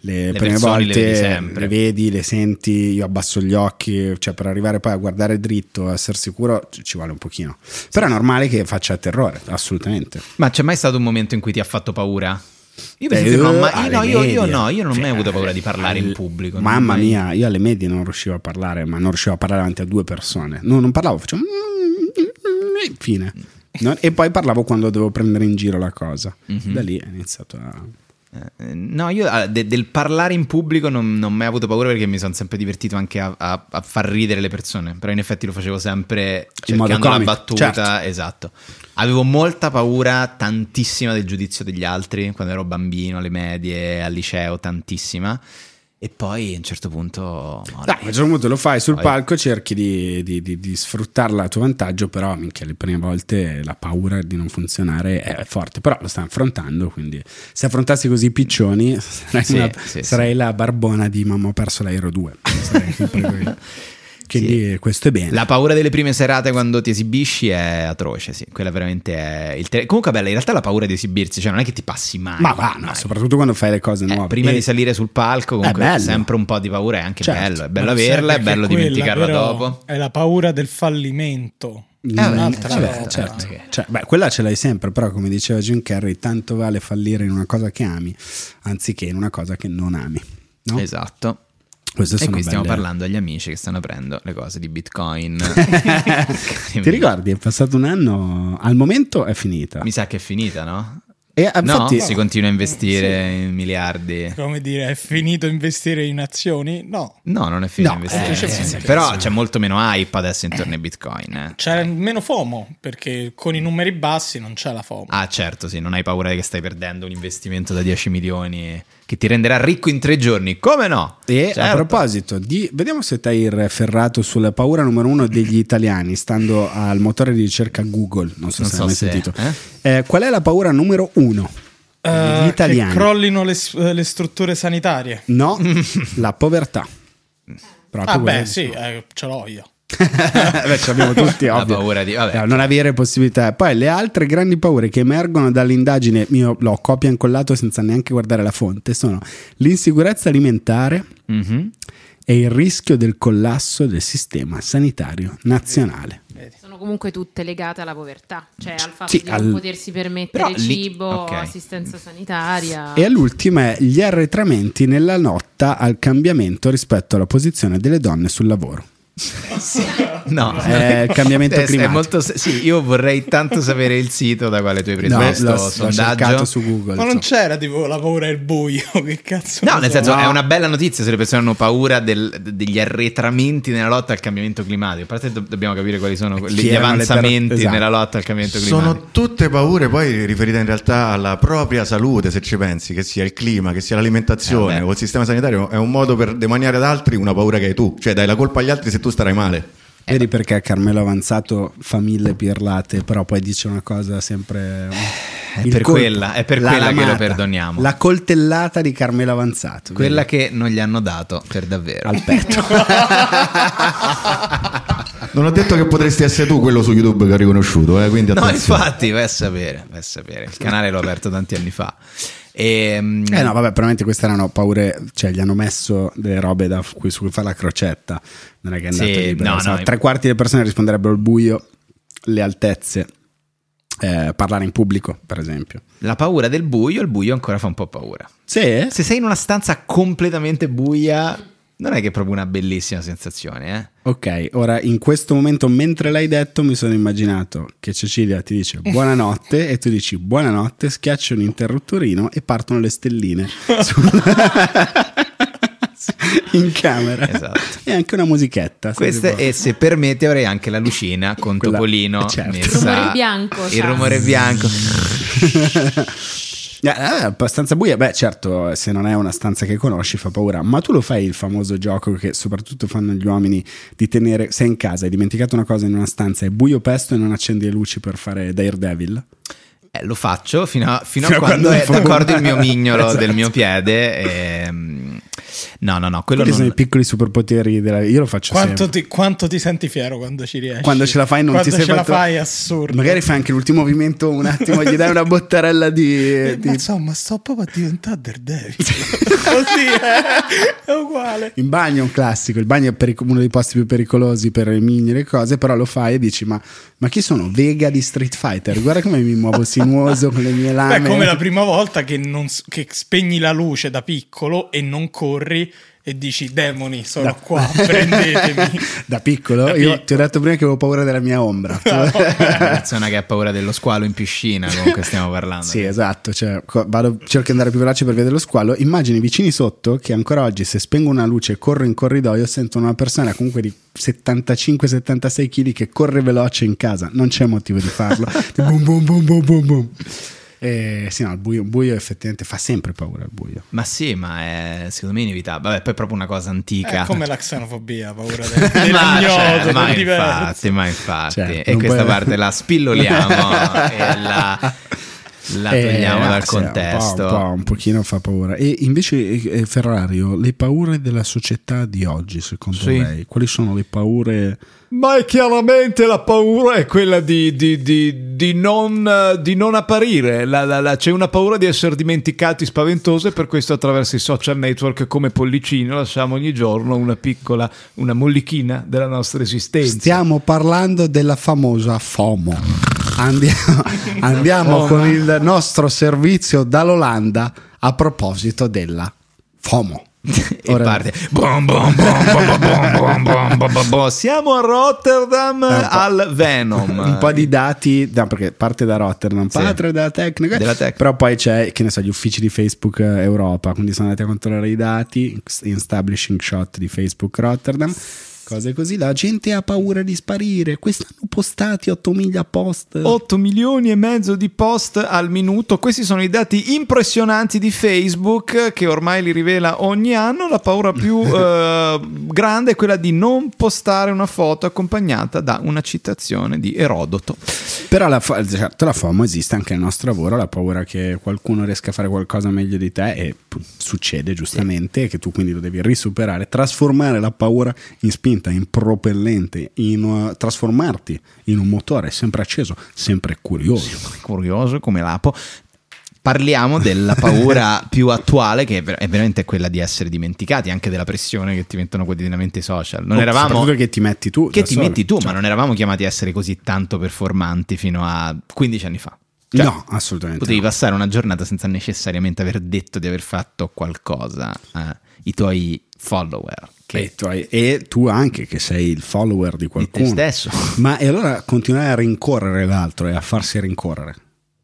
Speaker 2: le, prime
Speaker 1: persone
Speaker 2: volte
Speaker 1: le vedi sempre.
Speaker 2: le vedi, le senti, io abbasso gli occhi, cioè per arrivare poi a guardare dritto, a essere sicuro ci ci vuole un pochino. Però è normale che faccia terrore, assolutamente.
Speaker 1: Ma c'è mai stato un momento in cui ti ha fatto paura? Io per
Speaker 2: Eh,
Speaker 1: esempio, non ho mai-
Speaker 2: alle
Speaker 1: no, io, io
Speaker 2: medie.
Speaker 1: no, io non ho mai
Speaker 2: Cioè,
Speaker 1: avuto paura di parlare in
Speaker 2: al-
Speaker 1: pubblico. non ho
Speaker 2: Mamma
Speaker 1: mai-
Speaker 2: mia, io alle medie non riuscivo a parlare, ma non riuscivo a parlare davanti a due persone. No, non parlavo, facevo. mm,
Speaker 1: Mhm.
Speaker 2: Fine. No, e poi parlavo quando dovevo prendere in giro la cosa. Da lì è iniziato a.
Speaker 1: Eh, No, io ah, de- del parlare in pubblico non, non ho mai avuto paura perché mi sono sempre divertito anche a, a- a far ridere le persone, però in effetti lo facevo sempre
Speaker 2: In modo
Speaker 1: cercando la
Speaker 2: comico,
Speaker 1: battuta,
Speaker 2: certo.
Speaker 1: esatto. Avevo molta paura, tantissima del giudizio degli altri, quando ero bambino, alle medie, al liceo, tantissima. E poi a un certo punto... molla.
Speaker 2: Dai, a un certo punto lo fai sul
Speaker 1: Poi-
Speaker 2: palco, cerchi di, di- di- di sfruttarla a tuo vantaggio, però minchia, le prime volte la paura di non funzionare è forte, però lo stai affrontando, quindi se affrontassi così i piccioni sarai,
Speaker 1: Sì,
Speaker 2: una-
Speaker 1: sì,
Speaker 2: sarai la barbona di mamma ho perso l'aero 2. Sarai sempre quella. quindi questo è bene.
Speaker 1: La paura delle prime serate quando ti esibisci è atroce, sì. Quella veramente è il tele- Comunque, bella, in realtà la paura di esibirsi, cioè non è che ti passi mai.
Speaker 2: Ma va, no,
Speaker 1: mai.
Speaker 2: soprattutto quando fai le cose
Speaker 1: Eh,
Speaker 2: nuove.
Speaker 1: prima
Speaker 2: E-
Speaker 1: di salire sul palco, comunque,
Speaker 2: È bello.
Speaker 1: sempre un po' di paura, è anche
Speaker 2: Certo.
Speaker 1: bello. È bello
Speaker 3: Ma
Speaker 1: averla, è
Speaker 3: sai, perché
Speaker 1: bello
Speaker 3: quella,
Speaker 1: dimenticarla
Speaker 3: però,
Speaker 1: dopo.
Speaker 3: È la paura del fallimento.
Speaker 2: Mm,
Speaker 1: Eh, vabbè,
Speaker 3: Un'altra
Speaker 2: certo,
Speaker 3: roba.
Speaker 2: certo.
Speaker 1: Eh.
Speaker 2: Cioè, beh, quella ce l'hai sempre, però come diceva Jim Carrey, tanto vale fallire in una cosa che ami anziché in una cosa che non ami. No?
Speaker 1: Esatto.
Speaker 2: Queste
Speaker 1: E
Speaker 2: sono
Speaker 1: qui stiamo
Speaker 2: belle-
Speaker 1: parlando agli amici che stanno aprendo le cose di Bitcoin.
Speaker 2: Ti ricordi? È passato un anno, al momento è finita.
Speaker 1: Mi sa che è finita, no?
Speaker 2: E Eh, ah, infatti,
Speaker 1: no, si continua a investire in miliardi.
Speaker 3: Come dire, è finito investire in azioni? No.
Speaker 1: No, non è finita
Speaker 2: No,
Speaker 1: investire.
Speaker 3: eh, semplicemente.
Speaker 1: Però c'è molto meno hype adesso intorno ai Bitcoin. eh.
Speaker 3: C'è meno FOMO, perché con i numeri bassi non c'è la FOMO.
Speaker 1: Ah, certo, sì, non hai paura che stai perdendo un investimento da 10 milioni che ti renderà ricco in tre giorni. Come no?
Speaker 2: e a
Speaker 1: Certo.
Speaker 2: proposito, di, vediamo se Tair è ferrato sulla paura numero uno degli italiani, stando al motore di ricerca Google. Non so
Speaker 1: Non so
Speaker 2: se l'hai mai
Speaker 1: se-
Speaker 2: sentito.
Speaker 1: eh?
Speaker 2: Eh, qual è la paura numero uno degli
Speaker 3: Eh,
Speaker 2: Ah, italiani?
Speaker 3: Che crollino le, s- eh, le strutture sanitarie.
Speaker 2: No, la povertà. Proprio
Speaker 3: Ah,
Speaker 2: quella-
Speaker 3: beh, sì, eh, ce l'ho io.
Speaker 2: Beh, ce l'abbiamo tutti,
Speaker 1: La
Speaker 2: ovvio.
Speaker 1: paura di- vabbè.
Speaker 2: Eh, non avere possibilità. Poi le altre grandi paure che emergono dall'indagine, io l'ho copia e incollato senza neanche guardare la fonte, sono l'insicurezza alimentare
Speaker 1: Mhm.
Speaker 2: e il rischio del collasso del sistema sanitario nazionale.
Speaker 7: Sono comunque tutte legate alla povertà, cioè al fatto
Speaker 2: Sì,
Speaker 7: di
Speaker 2: al-
Speaker 7: non potersi permettere
Speaker 1: Però lì-
Speaker 7: cibo,
Speaker 1: ok.
Speaker 7: assistenza sanitaria.
Speaker 2: E all'ultima è gli arretramenti nella lotta al cambiamento rispetto alla posizione delle donne sul lavoro.
Speaker 1: No,
Speaker 2: È il cambiamento
Speaker 1: Eh, è
Speaker 2: climatico.
Speaker 1: molto se- sì, io vorrei tanto sapere il sito da quale tu hai preso
Speaker 2: No,
Speaker 1: questo
Speaker 2: l'ho- l'ho cercato
Speaker 1: sondaggio.
Speaker 2: su Google.
Speaker 3: Ma non
Speaker 2: insomma.
Speaker 3: c'era tipo la paura del buio, che cazzo.
Speaker 1: No,
Speaker 3: ne
Speaker 1: nel
Speaker 3: so.
Speaker 1: senso,
Speaker 2: No.
Speaker 1: è una bella notizia se le persone hanno paura del- degli arretramenti nella lotta al cambiamento climatico. A parte do- dobbiamo capire quali sono
Speaker 2: Chi
Speaker 1: gli
Speaker 2: erano le
Speaker 1: avanzamenti
Speaker 2: terra- esatto.
Speaker 1: nella lotta al cambiamento climatico.
Speaker 8: Sono tutte paure poi riferite in realtà alla propria salute, se ci pensi, che sia il clima, che sia l'alimentazione
Speaker 1: Eh, beh.
Speaker 8: o il sistema sanitario, è un modo per demaniare ad altri una paura che hai tu, cioè dai la colpa agli altri se tu starai male.
Speaker 1: Eh,
Speaker 2: Vedi perché Carmelo Avanzato fa mille pirlate, però poi dice una cosa sempre. È
Speaker 1: per quella- Eh, è per quella che lo perdoniamo.
Speaker 2: La coltellata di Carmelo Avanzato.
Speaker 1: Quella Eh, che non gli hanno dato per davvero.
Speaker 2: vedi? al petto.
Speaker 8: Non ho detto che potresti essere tu quello su YouTube che ho riconosciuto, eh, quindi
Speaker 1: No,
Speaker 8: attenzione.
Speaker 1: infatti, vai a sapere, vai a sapere. Il canale l'ho aperto tanti anni fa. E, mm,
Speaker 2: eh no, vabbè, veramente queste erano paure, cioè gli hanno messo delle robe da cui, su cui fa la crocetta. Non è che è andato
Speaker 1: Sì,
Speaker 2: lì, però,
Speaker 1: no,
Speaker 2: insomma,
Speaker 1: no.
Speaker 2: tre quarti delle persone risponderebbero al buio, le altezze, eh, parlare in pubblico, per esempio. Eh,
Speaker 1: La paura del buio, il buio ancora fa un po' paura.
Speaker 2: Sì,
Speaker 1: Se sei in una stanza completamente buia, non è che è proprio una bellissima sensazione, eh?
Speaker 2: Ok, ora in questo momento, mentre l'hai detto, mi sono immaginato che Cecilia ti dice buonanotte e tu dici buonanotte, schiacci un interruttorino e partono le stelline sul- in camera.
Speaker 1: Esatto.
Speaker 2: E anche una musichetta. se si
Speaker 1: Questa,
Speaker 2: può.
Speaker 1: e se permette avrei anche la lucina con
Speaker 2: Quella-
Speaker 1: Topolino
Speaker 2: certo.
Speaker 1: messa-
Speaker 7: Il rumore bianco, cioè.
Speaker 1: il
Speaker 7: sa.
Speaker 1: rumore bianco.
Speaker 2: Eh, eh, abbastanza buia, beh certo, se non è una stanza che conosci fa paura, ma tu lo fai il famoso gioco che soprattutto fanno gli uomini di tenere, sei in casa, hai dimenticato una cosa in una stanza, è buio pesto e non accendi le luci per fare Daredevil.
Speaker 1: Eh, lo faccio fino a, fino a
Speaker 2: Fino a
Speaker 1: quando,
Speaker 2: quando
Speaker 1: è
Speaker 2: non fa
Speaker 1: d'accordo
Speaker 2: buio.
Speaker 1: il mio mignolo
Speaker 2: Esatto.
Speaker 1: del mio piede. e, mm, no, no, no, quello
Speaker 2: Quelli sono
Speaker 1: non...
Speaker 2: i piccoli superpoteri, della- io lo faccio
Speaker 3: Quanto
Speaker 2: sempre.
Speaker 3: ti, quanto ti senti fiero quando ci riesci?
Speaker 2: Quando ce la fai non
Speaker 3: Quando
Speaker 2: ti sei
Speaker 3: ce la
Speaker 2: fatto-
Speaker 3: fai è assurdo.
Speaker 2: Magari fai anche l'ultimo movimento un attimo, gli dai una bottarella di...
Speaker 3: Eh,
Speaker 2: di-
Speaker 3: ma insomma, sto proprio a diventare Daredevil. Così eh? è uguale.
Speaker 2: In bagno è un classico, il bagno è peric- uno dei posti più pericolosi per i mini e le cose, però lo fai e dici ma, ma chi sono? Vega di Street Fighter, guarda come mi muovo sinuoso con le mie
Speaker 3: Beh,
Speaker 2: lame.
Speaker 3: come la prima volta che, non s- che spegni la luce da piccolo e non corri e dici demoni sono qua, prendetemi.
Speaker 2: da piccolo,
Speaker 3: Da
Speaker 2: io
Speaker 3: piccolo.
Speaker 2: ti ho detto prima che avevo paura della mia ombra.
Speaker 1: Una persona che ha paura dello squalo in piscina, comunque stiamo parlando.
Speaker 2: Sì, esatto. Cioè, co- vado- cerco di andare più veloce per via dello squalo. Immagini vicini sotto che ancora oggi, se spengo una luce e corro in corridoio, sento una persona comunque di 75-76 kg che corre veloce in casa. Non c'è motivo di farlo. Di boom, boom, boom, boom, boom, boom. E, Eh, sì, no, il buio, il buio effettivamente fa sempre paura. Il buio.
Speaker 1: Ma sì, ma è secondo me inevitabile. Vabbè, poi è proprio una cosa antica.
Speaker 7: Eh,
Speaker 3: È eh, come la xenofobia, paura del-
Speaker 1: Eh, ma,
Speaker 3: dell'ignoto,
Speaker 1: cioè, ma
Speaker 3: del diverso.
Speaker 1: infatti, ma infatti.
Speaker 2: Cioè,
Speaker 1: e
Speaker 2: non
Speaker 1: questa
Speaker 2: puoi-
Speaker 1: parte la spilloliamo e la, la
Speaker 2: Eh,
Speaker 1: togliamo
Speaker 2: no,
Speaker 1: dal
Speaker 2: sì, un po',
Speaker 1: contesto.
Speaker 2: Un, po', un pochino fa paura. E invece, eh, Ferrario, le paure della società di oggi, secondo
Speaker 1: Sì.
Speaker 2: lei, quali sono le paure?
Speaker 1: Ma chiaramente la paura è quella di, di- di- di non, di non apparire, La- la- la- c'è una paura di essere dimenticati spaventosa e per questo attraverso i social network come pollicino lasciamo ogni giorno una piccola, una mollichina della nostra esistenza.
Speaker 2: Stiamo parlando della famosa FOMO. Andiamo, andiamo con il nostro servizio dall'Olanda a proposito della FOMO.
Speaker 1: e parte Bom, bom, bom, bom, bom, bom, bom, bom, bom, bom. siamo a Rotterdam
Speaker 2: un po'-
Speaker 1: al Venom
Speaker 2: Un po' di dati, no, perché parte da Rotterdam,
Speaker 1: Sì.
Speaker 2: parte dalla tecnica,
Speaker 1: Della tec-
Speaker 2: però poi c'è, che ne so, gli uffici di Facebook eh, Europa, quindi sono andati a controllare i dati, in establishing shot di Facebook Rotterdam, cose così, la gente ha paura di sparire, quest'anno postati 8000 post.
Speaker 1: 8 milioni e mezzo di post al minuto. Questi sono i dati impressionanti di Facebook che ormai li rivela ogni anno. La paura più eh, grande è quella di non postare una foto accompagnata da una citazione di Erodoto.
Speaker 2: Però la, fo- certo, la FOMO esiste anche nel nostro lavoro, la paura che qualcuno riesca a fare qualcosa meglio di te e p- succede giustamente, e che tu quindi lo devi risuperare, trasformare la paura in spinta, in propellente, in, uh, trasformarti in un motore sempre acceso, sempre curioso.
Speaker 1: Curioso come lapo. Parliamo della paura più attuale, che è ver- è veramente quella di essere dimenticati, anche della pressione che ti mettono quotidianamente i social. Non
Speaker 2: Oh,
Speaker 1: eravamo.
Speaker 2: soprattutto che cioè ti metti tu.
Speaker 1: che
Speaker 2: da
Speaker 1: ti
Speaker 2: solo.
Speaker 1: metti tu, ma non eravamo chiamati a essere così tanto performanti fino a 15 anni fa. Cioè,
Speaker 2: no, assolutamente.
Speaker 1: Potevi
Speaker 2: no.
Speaker 1: passare una giornata senza necessariamente aver detto di aver fatto qualcosa ai tuoi follower, che
Speaker 2: E tu, hai- e tu anche che sei il follower di
Speaker 1: di
Speaker 2: qualcuno.
Speaker 1: te stesso.
Speaker 2: Ma e allora continuare a rincorrere l'altro e a farsi rincorrere?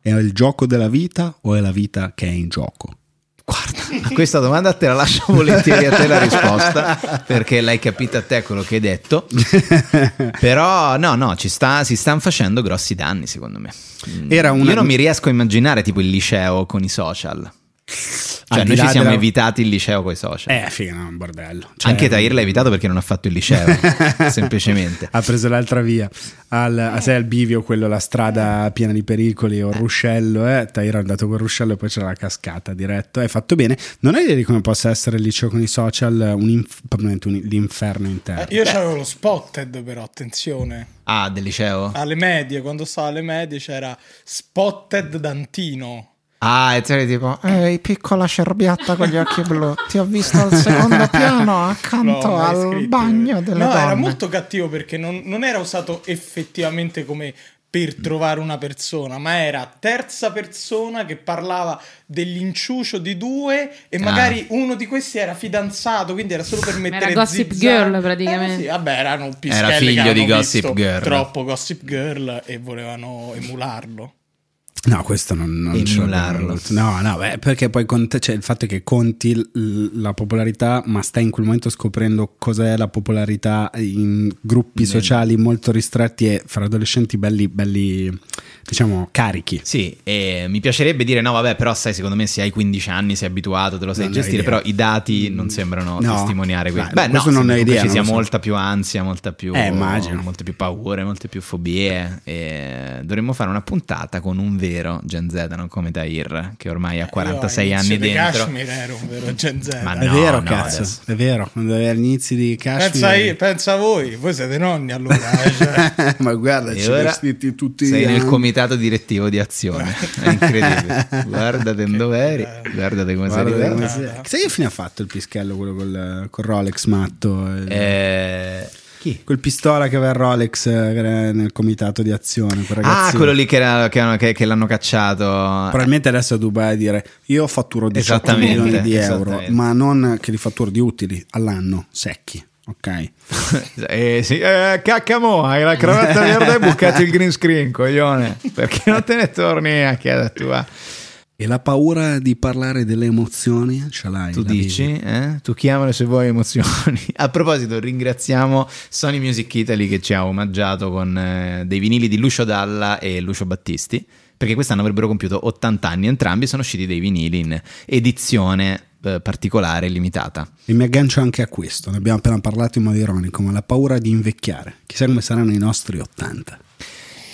Speaker 2: È il gioco della vita o è la vita che è in gioco?
Speaker 1: A questa domanda te la lascio volentieri a te la risposta, perché l'hai capita te quello che hai detto. Però no, no, ci sta, si stanno facendo grossi danni secondo me. Mm,
Speaker 2: Era una-
Speaker 1: Io non mi riesco a immaginare tipo il liceo con i social. Cioè
Speaker 2: Al di
Speaker 1: noi
Speaker 2: là
Speaker 1: ci siamo
Speaker 2: della-
Speaker 1: evitati il liceo con i social.
Speaker 2: Eh, figa, no, un bordello. Cioè,
Speaker 1: Anche Tahir l'ha evitato perché non ha fatto il liceo, semplicemente.
Speaker 2: Ha preso l'altra via. Al, a sé al bivio, quello, la strada piena di pericoli, o il ruscello. Eh. Tahir è andato col ruscello e poi c'era la cascata diretto. Hai fatto bene. Non hai idea di come possa essere il liceo con i social un inf- probabilmente un- l'inferno interno.
Speaker 3: Eh, Io c'avevo lo spotted però, attenzione.
Speaker 1: Ah, del liceo?
Speaker 3: Alle medie, quando stavo alle medie c'era spotted Dantino.
Speaker 1: Ah, e te tipo,
Speaker 9: Ehi, piccola cerbiatta con gli occhi blu, ti ho visto al secondo piano
Speaker 3: No,
Speaker 9: accanto
Speaker 3: mai
Speaker 9: al
Speaker 3: scritto.
Speaker 9: bagno delle
Speaker 3: No,
Speaker 9: donne.
Speaker 3: era molto cattivo perché non, non era usato effettivamente come per trovare una persona, ma era terza persona che parlava dell'inciucio di due
Speaker 1: Ah.
Speaker 3: e magari uno di questi era fidanzato, quindi era solo per mettere
Speaker 7: Gossip
Speaker 3: zizzania.
Speaker 7: Girl, praticamente.
Speaker 3: Eh, sì, vabbè, erano pischelli
Speaker 1: Era
Speaker 3: che
Speaker 1: figlio di
Speaker 3: avevano
Speaker 1: Gossip
Speaker 3: visto
Speaker 1: Girl.
Speaker 3: Troppo Gossip Girl e volevano emularlo.
Speaker 2: No, questo non, non ce l'abbiamo
Speaker 1: Emularlo.
Speaker 2: voluto. No, no, beh, perché poi con te- cioè, il fatto è che conti l- la popolarità, ma stai in quel momento scoprendo cos'è la popolarità in gruppi sociali molto ristretti e fra adolescenti belli, belli diciamo, carichi.
Speaker 1: Sì, e mi piacerebbe dire no, vabbè, però sai, secondo me se hai 15 anni, sei abituato, te lo sai
Speaker 2: Non ho
Speaker 1: gestire,
Speaker 2: idea. Mm.
Speaker 1: però i dati non sembrano
Speaker 2: No.
Speaker 1: testimoniare questo.
Speaker 2: Dai, questo non
Speaker 1: sembra
Speaker 2: ho
Speaker 1: comunque
Speaker 2: idea,
Speaker 1: Ci
Speaker 2: non
Speaker 1: sia
Speaker 2: lo so.
Speaker 1: molta più ansia, molta più,
Speaker 2: Eh, immagino.
Speaker 1: molte più paure, molte più fobie. E dovremmo fare una puntata con un vero Gen Z, non come Tahir, che
Speaker 2: Eh,
Speaker 1: ormai ha 46
Speaker 3: Io a
Speaker 1: anni
Speaker 3: inizio di
Speaker 1: dentro.
Speaker 3: Kashmir ero un vero Gen Z.
Speaker 1: Ma
Speaker 2: È
Speaker 1: No,
Speaker 2: vero,
Speaker 1: no,
Speaker 2: cazzo,
Speaker 1: adesso.
Speaker 2: è vero. Quando avevi gli inizi di
Speaker 3: Pensa, io-
Speaker 2: Kashmir...
Speaker 3: pensa a voi, voi siete nonni allora. eh, cioè.
Speaker 2: ma guarda,
Speaker 1: E
Speaker 2: ci
Speaker 1: ora
Speaker 2: vestiti tutti
Speaker 1: sei nel
Speaker 2: bianchi.
Speaker 1: comitato direttivo di azione è incredibile guardate in dove eri guardate come sei arrivato
Speaker 2: Guarda eh, come si- Sai che fine ha fatto il pischello quello col, col Rolex matto?
Speaker 1: Eh, Chi?
Speaker 2: Quel pistola che aveva Rolex eh, che era nel comitato di azione. quel
Speaker 1: Ah,
Speaker 2: ragazzino.
Speaker 1: quello lì che, era- che- che- che l'hanno cacciato.
Speaker 2: Probabilmente adesso a Dubai a dire io fatturo 18
Speaker 1: Esattamente,
Speaker 2: milioni di euro,
Speaker 1: esattamente.
Speaker 2: ma non che li fatturo di utili all'anno, secchi, ok?
Speaker 1: eh, sì, eh, cacamo, hai la cravatta verde e bucato il green screen, coglione. Perché non te ne torni a ah. casa tua?
Speaker 2: E la paura di parlare delle emozioni eh, ce l'hai.
Speaker 1: Tu
Speaker 2: la vivi.
Speaker 1: dici, eh? tu chiamale se vuoi emozioni. A proposito, ringraziamo Sony Music Italy che ci ha omaggiato con eh, dei vinili di Lucio Dalla e Lucio Battisti, perché quest'anno avrebbero compiuto 80 anni entrambi, sono usciti dei vinili in edizione eh, particolare limitata.
Speaker 2: E mi aggancio anche a questo, ne abbiamo appena parlato in modo ironico, ma la paura di invecchiare. Chissà come saranno i nostri 80.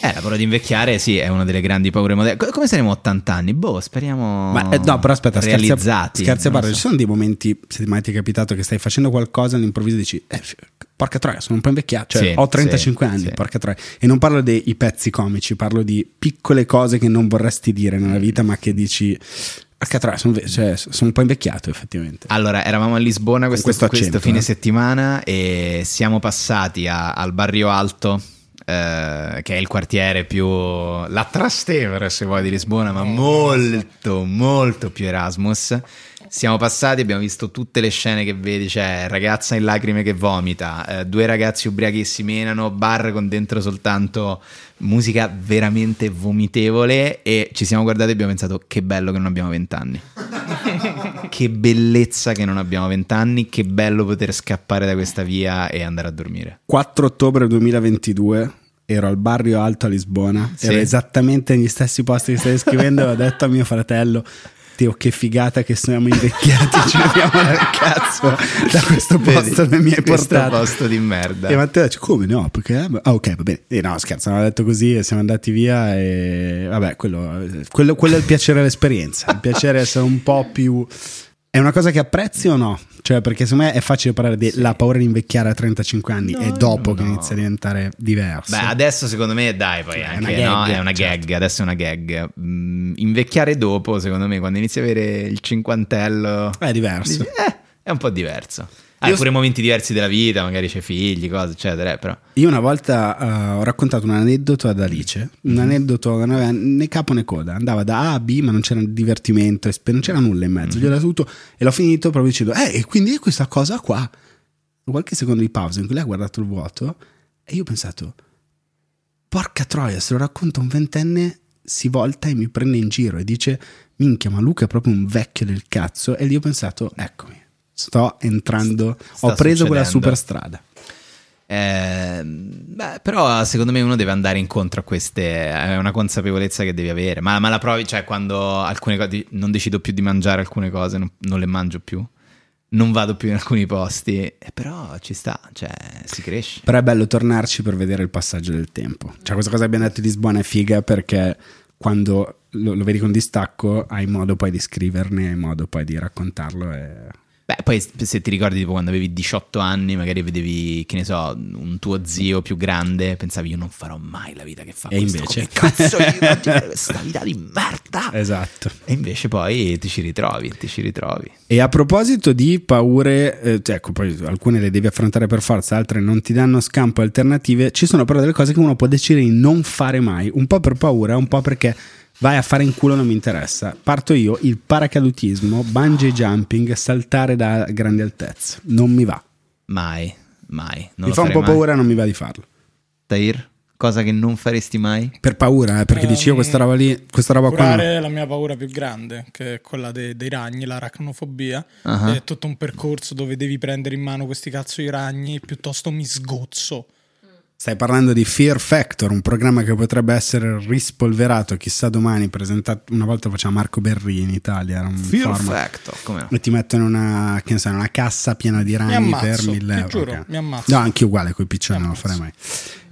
Speaker 1: Eh, la paura di invecchiare, sì, è una delle grandi paure moderne. Co- come saremo a 80 anni? Boh, speriamo
Speaker 2: Ma eh, no, però aspetta, scherzi a-
Speaker 1: realizzati.
Speaker 2: scherzi a
Speaker 1: non lo
Speaker 2: parte, ci
Speaker 1: so.
Speaker 2: sono dei momenti, se mai ti è capitato che stai facendo qualcosa e all'improvviso dici, eh, f- porca troia, sono un po' invecchiato, cioè
Speaker 1: Sì,
Speaker 2: ho 35
Speaker 1: sì,
Speaker 2: anni,
Speaker 1: sì.
Speaker 2: porca troia. E non parlo dei pezzi comici, parlo di piccole cose che non vorresti dire
Speaker 1: Mm.
Speaker 2: nella vita, ma che dici, porca troia, sono, ve- cioè, sono un po' invecchiato effettivamente.
Speaker 1: Allora, eravamo a Lisbona questo,
Speaker 2: questo
Speaker 1: questo
Speaker 2: accento,
Speaker 1: fine
Speaker 2: eh.
Speaker 1: settimana e siamo passati a- al Barrio Alto, eh, che è il quartiere più... la Trastevere, se vuoi, di Lisbona, ma molto, molto più Erasmus. Siamo passati, abbiamo visto tutte le scene che vedi, cioè ragazza in lacrime che vomita, eh, due ragazzi ubriachi che si menano, bar con dentro soltanto musica veramente vomitevole e ci siamo guardati e abbiamo pensato che bello che non abbiamo vent'anni che bellezza che non abbiamo vent'anni, che bello poter scappare da questa via e andare a dormire.
Speaker 2: 4 ottobre 2022 ero al barrio alto a Lisbona,
Speaker 1: Sì.
Speaker 2: ero esattamente negli stessi posti che stai descrivendo e ho detto a mio fratello Teo che figata che siamo invecchiati, ci vediamo dal cazzo da questo
Speaker 1: Vedi,
Speaker 2: posto che mi hai
Speaker 1: questo
Speaker 2: portato.
Speaker 1: posto di merda.
Speaker 2: E Matteo dice come no, perché ah ok va bene. E no scherzo, non ho detto così e siamo andati via e vabbè quello, quello- quello è il piacere dell'esperienza, il piacere di essere un po' più... È una cosa che apprezzi o no? Cioè, perché secondo me è facile parlare della paura di invecchiare a 35 anni, è dopo che
Speaker 1: no.
Speaker 2: inizia a diventare diverso.
Speaker 1: Beh, adesso secondo me dai, poi
Speaker 2: È
Speaker 1: anche, no?
Speaker 2: una
Speaker 1: è una,
Speaker 2: gag, certo.
Speaker 1: gag, adesso è una gag. Mm, invecchiare dopo, secondo me, quando inizi a avere il cinquantello,
Speaker 2: È diverso.
Speaker 1: dici, eh, è un po' diverso. Hai pure momenti diversi della vita, magari c'è figli, cose, eccetera, eh, però...
Speaker 2: Io una volta eh, ho raccontato un aneddoto ad Alice,
Speaker 1: Mhm.
Speaker 2: un aneddoto che non aveva né capo né coda, andava da A a B ma non c'era divertimento, esper- non c'era nulla in
Speaker 1: Mhm.
Speaker 2: mezzo, gliel'ho tutto e l'ho finito proprio dicendo, eh, e quindi questa cosa qua, qualche secondo di pausa in cui lei ha guardato il vuoto e io ho pensato, porca troia, se lo racconto a un ventenne si volta e mi prende in giro e dice, minchia, ma Luca è proprio un vecchio del cazzo e lì ho pensato, eccomi, sto entrando,
Speaker 1: Sta
Speaker 2: ho preso quella
Speaker 1: succedendo.
Speaker 2: superstrada.
Speaker 1: Eh, beh, però secondo me uno deve andare incontro a queste, è una consapevolezza che devi avere, ma, ma la provi, cioè quando alcune cose, di- non decido più di mangiare alcune cose, non, non le mangio più, non vado più in alcuni posti, eh, però ci sta, cioè si cresce.
Speaker 2: Però è bello tornarci per vedere il passaggio del tempo. Cioè, questa cosa che abbiamo detto di Lisbona è figa perché quando lo, lo vedi con distacco hai modo poi di scriverne, hai modo poi di raccontarlo. e-
Speaker 1: Beh, poi se ti ricordi tipo quando avevi 18 anni, magari vedevi, che ne so, un tuo zio più grande, pensavi io non farò mai la vita che fa
Speaker 2: E
Speaker 1: questo,
Speaker 2: invece?
Speaker 1: come cazzo io devo fare questa vita di merda?
Speaker 2: Esatto.
Speaker 1: E invece poi ti ci ritrovi, ti ci ritrovi.
Speaker 2: E a proposito di paure, eh, cioè, ecco, poi alcune le devi affrontare per forza, altre non ti danno scampo alternative, ci sono però delle cose che uno può decidere di non fare mai, un po' per paura, un po' perché vai a fare in culo non mi interessa. Parto io, il paracadutismo, bungee jumping, saltare da grandi altezze, non mi va.
Speaker 1: Mai, mai. Non
Speaker 2: mi
Speaker 1: lo
Speaker 2: fa un
Speaker 1: farei
Speaker 2: po'
Speaker 1: mai.
Speaker 2: paura, non mi va di farlo.
Speaker 1: Tahir, cosa che non faresti mai?
Speaker 2: Per paura, eh, perché dici io questa roba lì, questa roba qua. no.
Speaker 3: Curare la mia paura più grande, che è quella de- dei ragni, l'aracnofobia.
Speaker 1: Ah.
Speaker 3: È tutto un percorso dove devi prendere in mano questi cazzo di ragni, piuttosto mi sgozzo.
Speaker 2: Stai parlando di Fear Factor, un programma che potrebbe essere rispolverato, chissà domani, presentato una volta lo faceva Marco Berri in Italia, era un format.
Speaker 1: Perfetto, come no?
Speaker 2: E ti mettono una, che ne so, una cassa piena di
Speaker 3: Mi
Speaker 2: ragni per
Speaker 3: ammazzo, ti
Speaker 2: mille euro.
Speaker 3: giuro,
Speaker 2: ok.
Speaker 3: mi ammazzo.
Speaker 2: No, anche uguale coi piccioni,
Speaker 3: Mi
Speaker 2: non lo farei mai.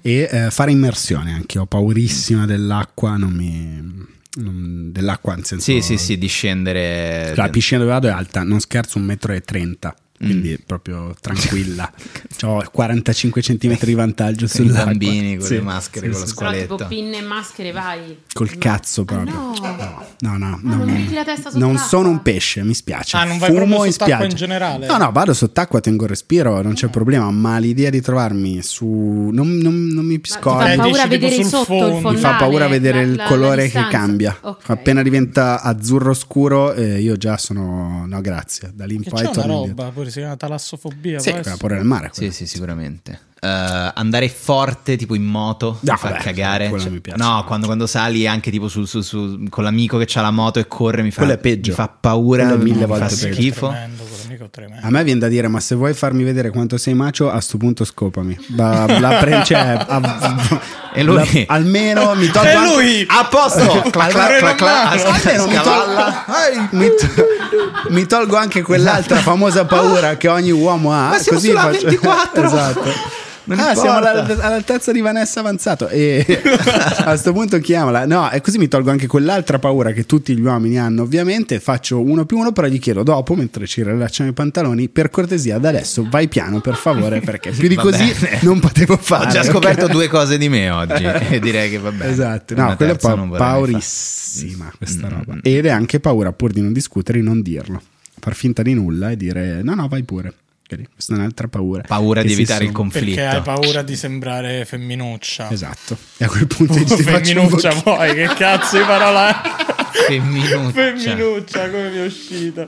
Speaker 2: E eh, fare immersione anche, ho paurissima dell'acqua, non mi... non-
Speaker 1: Mm.
Speaker 2: dell'acqua, nel senso... Cioè,
Speaker 1: Sì, sì, sì, discendere.
Speaker 2: La piscina dove vado è alta, non scherzo, un metro e trenta.
Speaker 1: Mm.
Speaker 2: quindi proprio tranquilla. Ho 45 cm di vantaggio
Speaker 1: Con i
Speaker 2: sull'acqua.
Speaker 1: bambini, con
Speaker 2: Sì,
Speaker 1: le maschere,
Speaker 2: sì,
Speaker 1: con la
Speaker 2: sì.
Speaker 7: Però tipo
Speaker 1: squaletta.
Speaker 7: pinne e maschere vai.
Speaker 2: Col cazzo proprio.
Speaker 7: Ah, no.
Speaker 2: No, no,
Speaker 7: Ma non
Speaker 2: no.
Speaker 7: metti la testa
Speaker 2: Non
Speaker 7: sott'acqua?
Speaker 2: sono un pesce, mi spiace.
Speaker 3: Ah, non vai
Speaker 2: Fumo
Speaker 3: proprio
Speaker 2: in
Speaker 3: sott'acqua
Speaker 2: spiaggia.
Speaker 3: in generale?
Speaker 2: No, no, vado sott'acqua, tengo il respiro, non c'è problema. Ma l'idea di trovarmi su. Non, non- non mi
Speaker 7: Ma Ti
Speaker 2: scordi.
Speaker 7: fa
Speaker 3: Eh,
Speaker 7: paura
Speaker 3: dici tipo
Speaker 7: vedere
Speaker 3: sul
Speaker 7: sotto
Speaker 3: fondo.
Speaker 7: il
Speaker 3: Mi
Speaker 7: fondale?
Speaker 2: Mi fa paura vedere
Speaker 7: la-
Speaker 2: il
Speaker 7: la- la
Speaker 2: colore che
Speaker 7: distanza.
Speaker 2: cambia.
Speaker 7: Ok.
Speaker 2: Appena diventa azzurro scuro, eh, io già sono. No, grazie. Da lì in
Speaker 3: Che
Speaker 2: poi
Speaker 3: c'è una
Speaker 2: torno
Speaker 3: roba,
Speaker 2: indietro.
Speaker 3: pure si chiama talassofobia.
Speaker 2: Sì,
Speaker 3: può essere?
Speaker 2: quella paura del mare.
Speaker 1: Sì,
Speaker 2: quella.
Speaker 1: sì, sicuramente. Eh, andare forte tipo in moto
Speaker 2: No,
Speaker 1: Ah, mi fa
Speaker 2: vabbè,
Speaker 1: cagare. Cioè,
Speaker 2: quello mi piace.
Speaker 1: No, quando, quando sali anche tipo su, su- su- con l'amico che ha la moto e corre mi fa,
Speaker 2: Quello è peggio.
Speaker 1: Mi fa paura,
Speaker 2: Quello è mille
Speaker 1: mi
Speaker 2: volte
Speaker 1: fa
Speaker 2: peggio.
Speaker 3: Quello è
Speaker 1: schifo.
Speaker 3: Tremendo, quello mica è tremendo.
Speaker 2: A me viene da dire, ma se vuoi farmi vedere quanto sei macio, a sto punto scopami. Ba- la pre- cioè, a-
Speaker 1: E lui-
Speaker 2: la- almeno mi tolgo.
Speaker 3: E
Speaker 2: anche-
Speaker 3: lui!
Speaker 1: A posto! Clac, clac, clac, clac,
Speaker 3: Allora,
Speaker 1: a-
Speaker 2: Almeno mi
Speaker 1: scavalla.
Speaker 2: tolgo, Ai, mi to- mi tolgo anche quell'altra famosa paura che ogni uomo ha.
Speaker 1: Esatto. Ma siamo
Speaker 2: così
Speaker 1: sulla
Speaker 2: faccio-
Speaker 1: 24.
Speaker 2: esatto.
Speaker 1: Non
Speaker 2: Ah,
Speaker 1: importa.
Speaker 2: siamo alla- all'altezza di Vanessa Avanzato. E a questo punto chiamala. No, e così mi tolgo anche quell'altra paura che tutti gli uomini hanno, ovviamente. Faccio uno più uno, però gli chiedo dopo, mentre ci rilacciano i pantaloni, per cortesia, da adesso vai piano, per favore, perché più di
Speaker 1: Va
Speaker 2: così
Speaker 1: bene.
Speaker 2: non potevo
Speaker 1: Ho
Speaker 2: fare.
Speaker 1: già
Speaker 2: Ah, ok?
Speaker 1: scoperto due cose di me oggi e direi che va bene.
Speaker 2: Eh, Esatto, no,
Speaker 1: Una
Speaker 2: quella è
Speaker 1: terza
Speaker 2: pa-
Speaker 1: non vorrei
Speaker 2: paurissima questa
Speaker 1: Mm,
Speaker 2: roba.
Speaker 1: mm.
Speaker 2: Ed è anche paura, pur di non discutere, di non dirlo. Far finta di nulla e dire no, no, vai pure. Quindi Questa è un'altra paura.
Speaker 1: fare. Paura
Speaker 2: Che
Speaker 1: di
Speaker 2: si
Speaker 1: evitare il
Speaker 2: somma.
Speaker 1: conflitto.
Speaker 3: Perché hai paura di sembrare femminuccia.
Speaker 2: Esatto. E a quel punto ti faccio un
Speaker 3: Oh, femminuccia
Speaker 2: bocchino.
Speaker 3: poi, che cazzo di parola è?
Speaker 1: Femminuccia.
Speaker 3: Femminuccia, come mi è uscita.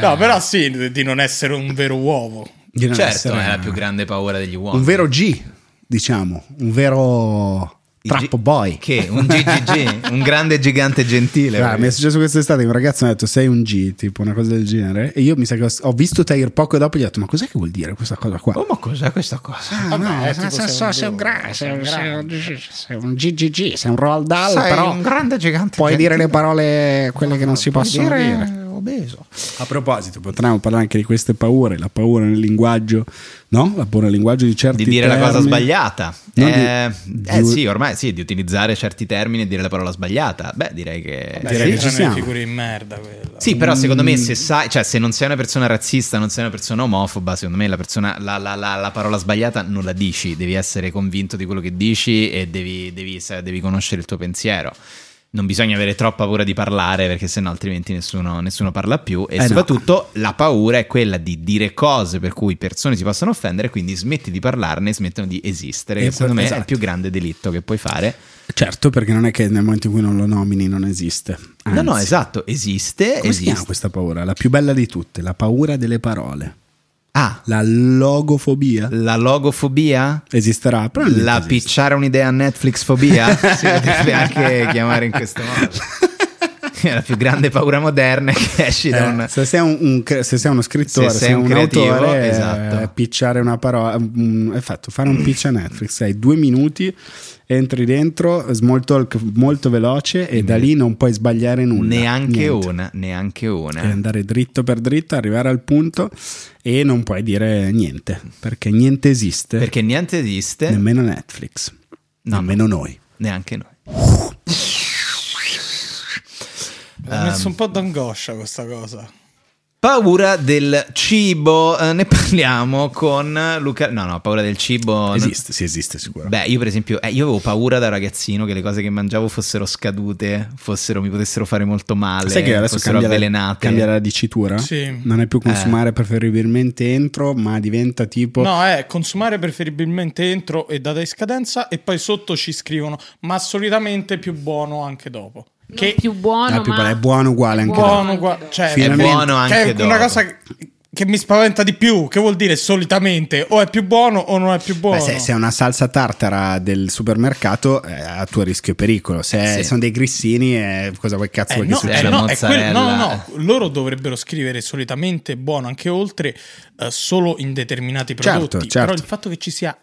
Speaker 3: No, però sì, di non essere un vero uovo.
Speaker 2: Di non
Speaker 1: Certo,
Speaker 2: essere
Speaker 1: è la più grande paura degli uomini.
Speaker 2: Un vero G, diciamo. Un vero trap
Speaker 1: G-
Speaker 2: boy.
Speaker 1: Che? Un GGG? un grande gigante gentile.
Speaker 2: Guarda, mi è
Speaker 1: proprio.
Speaker 2: successo quest'estate che un ragazzo mi ha detto sei un G, tipo una cosa del genere. E io mi sa che ho, ho visto Tair poco dopo e gli ho detto ma cos'è che vuol dire questa cosa qua?
Speaker 1: Oh, ma cos'è questa cosa?
Speaker 2: Ah, no,
Speaker 3: eh,
Speaker 2: so-
Speaker 3: tipo
Speaker 2: so-
Speaker 3: sei
Speaker 2: so-
Speaker 3: un
Speaker 2: sei un
Speaker 3: duro,
Speaker 2: gra- sei
Speaker 3: sei
Speaker 2: un-
Speaker 3: un
Speaker 2: sei un
Speaker 3: grande.
Speaker 2: GG, sei un GGG, sei un Roald Dahl,
Speaker 9: Sei
Speaker 2: però
Speaker 9: un grande gigante.
Speaker 2: puoi dire
Speaker 9: gentile.
Speaker 2: le parole quelle che non si
Speaker 9: Puoi
Speaker 2: possono dire.
Speaker 9: eh, Obeso.
Speaker 2: A proposito, potremmo parlare anche di queste paure, la paura nel linguaggio, no? La paura nel linguaggio di certi
Speaker 1: Di dire la cosa
Speaker 2: termini.
Speaker 1: sbagliata.
Speaker 2: Non
Speaker 1: Eh,
Speaker 2: di-
Speaker 1: eh
Speaker 2: di-
Speaker 1: sì, ormai sì, di utilizzare certi termini e dire la parola sbagliata. Beh, direi che...
Speaker 3: Beh,
Speaker 2: Direi
Speaker 3: sì,
Speaker 2: che ci
Speaker 3: erano
Speaker 2: siamo.
Speaker 3: figure in merda quella.
Speaker 1: Sì, però secondo me
Speaker 2: Mm.
Speaker 1: se sai, cioè se non sei una persona razzista, non sei una persona omofoba, secondo me la, persona- la- la- la- la parola sbagliata non la dici, devi essere convinto di quello che dici e devi, devi sa- devi conoscere il tuo pensiero. Non bisogna avere troppa paura di parlare perché sennò altrimenti nessuno, nessuno parla più e
Speaker 2: Eh, no.
Speaker 1: soprattutto la paura è quella di dire cose per cui persone si possono offendere, quindi smetti di parlarne e smettono di esistere,
Speaker 2: Eh,
Speaker 1: che secondo me è
Speaker 2: esatto.
Speaker 1: il più grande delitto che puoi fare.
Speaker 2: Certo, perché non è che nel momento in cui non lo nomini non esiste. Anzi,
Speaker 1: no, no, esatto, esiste,
Speaker 2: Come si chiama
Speaker 1: esiste.
Speaker 2: questa paura? La più bella di tutte, la paura delle parole.
Speaker 1: Ah,
Speaker 2: La logofobia
Speaker 1: la logofobia?
Speaker 2: esisterà, però non
Speaker 1: La
Speaker 2: esiste.
Speaker 1: picciare un'idea a Netflix fobia si potrebbe anche chiamare in questo modo. È la più grande paura moderna che esci da
Speaker 2: Eh,
Speaker 1: un.
Speaker 2: se, sei un- un cre- se sei uno scrittore,
Speaker 1: Se
Speaker 2: se
Speaker 1: sei
Speaker 2: sei un,
Speaker 1: un creativo,
Speaker 2: autore,
Speaker 1: esatto.
Speaker 2: eh, picciare una parola, mm, è fatto fare un pitch a Netflix, hai due minuti, entri dentro, small talk molto veloce e da lì non puoi sbagliare nulla.
Speaker 1: Neanche
Speaker 2: niente.
Speaker 1: una, neanche una.
Speaker 2: Devi andare dritto per dritto, arrivare al punto e non puoi dire niente, perché niente esiste,
Speaker 1: Perché niente esiste,
Speaker 2: nemmeno Netflix,
Speaker 1: No,
Speaker 2: nemmeno noi.
Speaker 1: neanche noi.
Speaker 3: Mi ha
Speaker 2: Ehm,
Speaker 3: messo un po' d'angoscia questa cosa.
Speaker 1: Paura del cibo, eh, ne parliamo con Luca. No, Oh, no, paura del cibo. non-
Speaker 2: Esiste, sì esiste sicuro.
Speaker 1: Beh, io per esempio, eh, io avevo paura da ragazzino che le cose che mangiavo fossero scadute, fossero, mi potessero fare molto male,
Speaker 2: Sai che adesso
Speaker 1: fossero
Speaker 2: cambia la,
Speaker 1: avvelenate. Eh.
Speaker 2: cambia la dicitura?
Speaker 3: Sì.
Speaker 2: Non è più consumare preferibilmente entro, ma diventa tipo...
Speaker 3: No, è consumare preferibilmente entro e data di scadenza e poi sotto ci scrivono, ma solitamente più buono anche dopo.
Speaker 7: Che
Speaker 3: Che
Speaker 7: più buono,
Speaker 2: Ah, più
Speaker 7: ma-
Speaker 2: buono, è buono uguale anche
Speaker 7: buono
Speaker 3: buono, qua-
Speaker 7: dopo.
Speaker 3: cioè,
Speaker 1: È
Speaker 2: Finalmente.
Speaker 1: buono
Speaker 3: che
Speaker 1: anche
Speaker 3: è una
Speaker 1: dopo.
Speaker 3: cosa che- che mi spaventa di più, che vuol dire solitamente o è più buono o non è più buono.
Speaker 2: Beh, se, se è una salsa tartara del supermercato, è a tuo rischio e pericolo. Se
Speaker 1: Sì.
Speaker 2: sono dei grissini, eh, cosa vuoi cazzo
Speaker 3: Eh,
Speaker 2: vuoi
Speaker 3: no,
Speaker 2: che
Speaker 3: eh,
Speaker 2: succeda?
Speaker 1: la
Speaker 3: no, è quello- no, no,
Speaker 1: mozzarella.
Speaker 3: no, loro dovrebbero scrivere solitamente buono anche oltre eh, solo in determinati
Speaker 2: Certo,
Speaker 3: prodotti.
Speaker 2: certo.
Speaker 3: Però il fatto che ci sia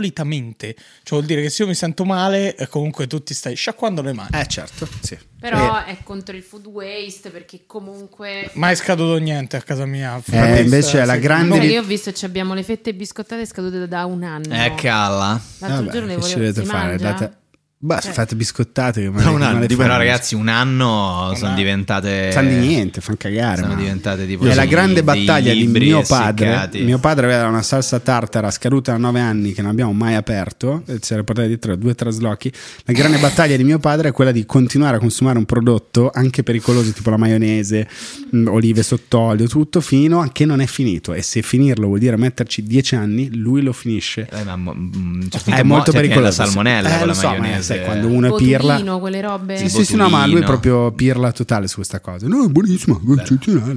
Speaker 3: solitamente, cioè vuol dire che se io mi sento male, eh, comunque tu ti stai sciacquando le mani.
Speaker 2: Eh, certo, sì.
Speaker 7: Però è contro il food waste perché comunque
Speaker 3: Eh, Mai scaduto niente a casa mia.
Speaker 2: Eh,
Speaker 3: Infatti,
Speaker 2: invece
Speaker 3: eh,
Speaker 2: la
Speaker 3: sì.
Speaker 2: grande...
Speaker 7: Cioè,
Speaker 2: ri-
Speaker 7: io ho visto ci abbiamo le fette biscottate scadute da un anno.
Speaker 1: Eh, calla.
Speaker 7: L'altro
Speaker 2: Vabbè,
Speaker 7: giorno le
Speaker 2: che ci
Speaker 7: volevo
Speaker 2: dovete
Speaker 7: si
Speaker 2: fare?
Speaker 7: mangia? Cioè.
Speaker 2: Date- Beh, fate biscottate. che
Speaker 8: Da un
Speaker 2: male-
Speaker 8: anno,
Speaker 2: male
Speaker 8: di
Speaker 2: fanno.
Speaker 1: Però ragazzi, un anno sono
Speaker 3: anno.
Speaker 1: diventate...
Speaker 2: San di niente, fan cagare.
Speaker 1: Eh, Sono
Speaker 2: ma-
Speaker 1: diventate tipo
Speaker 2: È la
Speaker 1: dei-
Speaker 2: grande
Speaker 1: dei
Speaker 2: battaglia di
Speaker 1: libri
Speaker 2: mio padre.
Speaker 1: essiccati.
Speaker 2: Mio padre aveva una salsa tartara scaduta a 9 anni che non abbiamo mai aperto, eh, ci era portata dietro due traslochi. La grande battaglia di mio padre è quella di continuare a consumare un prodotto anche pericoloso tipo la maionese, mh, olive sott'olio, tutto fino a che non è finito e se finirlo vuol dire metterci 10 anni, lui lo finisce.
Speaker 1: Eh, ma mo- mm, cioè,
Speaker 2: È
Speaker 1: finché mo-
Speaker 2: molto
Speaker 1: cioè, finché
Speaker 2: pericoloso.
Speaker 1: La salmonella
Speaker 2: Eh,
Speaker 1: con
Speaker 2: lo
Speaker 1: la
Speaker 2: so, ma
Speaker 1: maionese.
Speaker 2: sai, quando uno
Speaker 7: Botulino,
Speaker 2: pirla
Speaker 7: quelle robe.
Speaker 2: Eh, sì, sì, sì, no, ma
Speaker 1: botulino.
Speaker 2: lui è proprio pirla totale su questa cosa. No, è buonissimo, è eccezionale.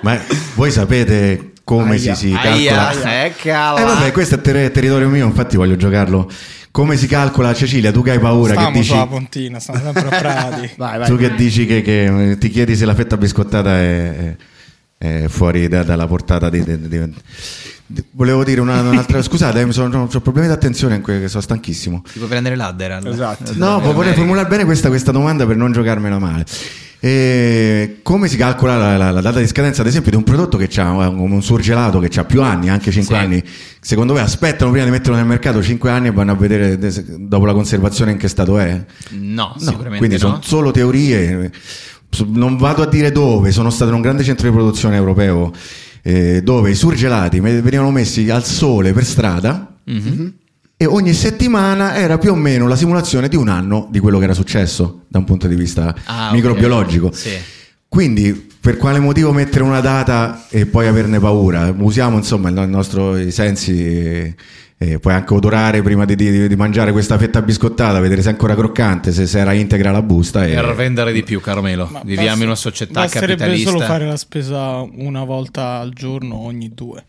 Speaker 8: Ma voi sapete come
Speaker 2: Aia.
Speaker 8: si, si calcola?
Speaker 1: Aia, eh,
Speaker 8: Eh
Speaker 1: cala.
Speaker 8: vabbè, questo è ter- territorio mio, infatti voglio giocarlo. Come si calcola, Cecilia? Tu che hai paura,
Speaker 3: Stiamo
Speaker 8: che dici,
Speaker 3: sulla pontina, stiamo sempre a Prati.
Speaker 2: Vai,
Speaker 8: tu che, dici che, che, eh, ti chiedi se la fetta biscottata è, è- è fuori da- dalla portata di... di- di- di- Volevo dire una- un'altra, scusate, eh, mi sono, ho problemi di attenzione, in que- sono stanchissimo.
Speaker 1: Tipo prendere l'adderal.
Speaker 2: Esatto.
Speaker 8: No, ma vorrei formulare bene questa, questa domanda per non giocarmela male. Eh, come si calcola la, la- la data di scadenza, ad esempio, di un prodotto che ha un surgelato che ha più anni, anche 5
Speaker 1: Sì.
Speaker 8: anni? Secondo me aspettano prima di metterlo nel mercato 5 anni e vanno a vedere de- se- dopo la conservazione in che stato è?
Speaker 1: No,
Speaker 8: No,
Speaker 1: sicuramente
Speaker 8: quindi
Speaker 1: no.
Speaker 8: sono solo teorie. So- Non vado a dire dove, sono stato in un grande centro di produzione europeo eh, dove i surgelati me- venivano messi al sole per strada
Speaker 1: Mhm.
Speaker 8: e ogni settimana era più o meno la simulazione di un anno di quello che era successo da un punto di vista
Speaker 1: Ah, ok.
Speaker 8: microbiologico.
Speaker 1: Sì.
Speaker 8: Quindi per quale motivo mettere una data e poi averne paura? Usiamo insomma il no- i nostri sensi, eh, eh, puoi anche odorare prima di, di- di mangiare questa fetta biscottata, vedere se è ancora croccante, se, se era integra la busta.
Speaker 2: Eh.
Speaker 8: E...
Speaker 1: Per vendere di più, caro Melo.
Speaker 3: Ma
Speaker 1: Viviamo
Speaker 3: basta-
Speaker 1: in una società
Speaker 3: basterebbe
Speaker 1: capitalista.
Speaker 3: solo fare la spesa una volta al giorno ogni due.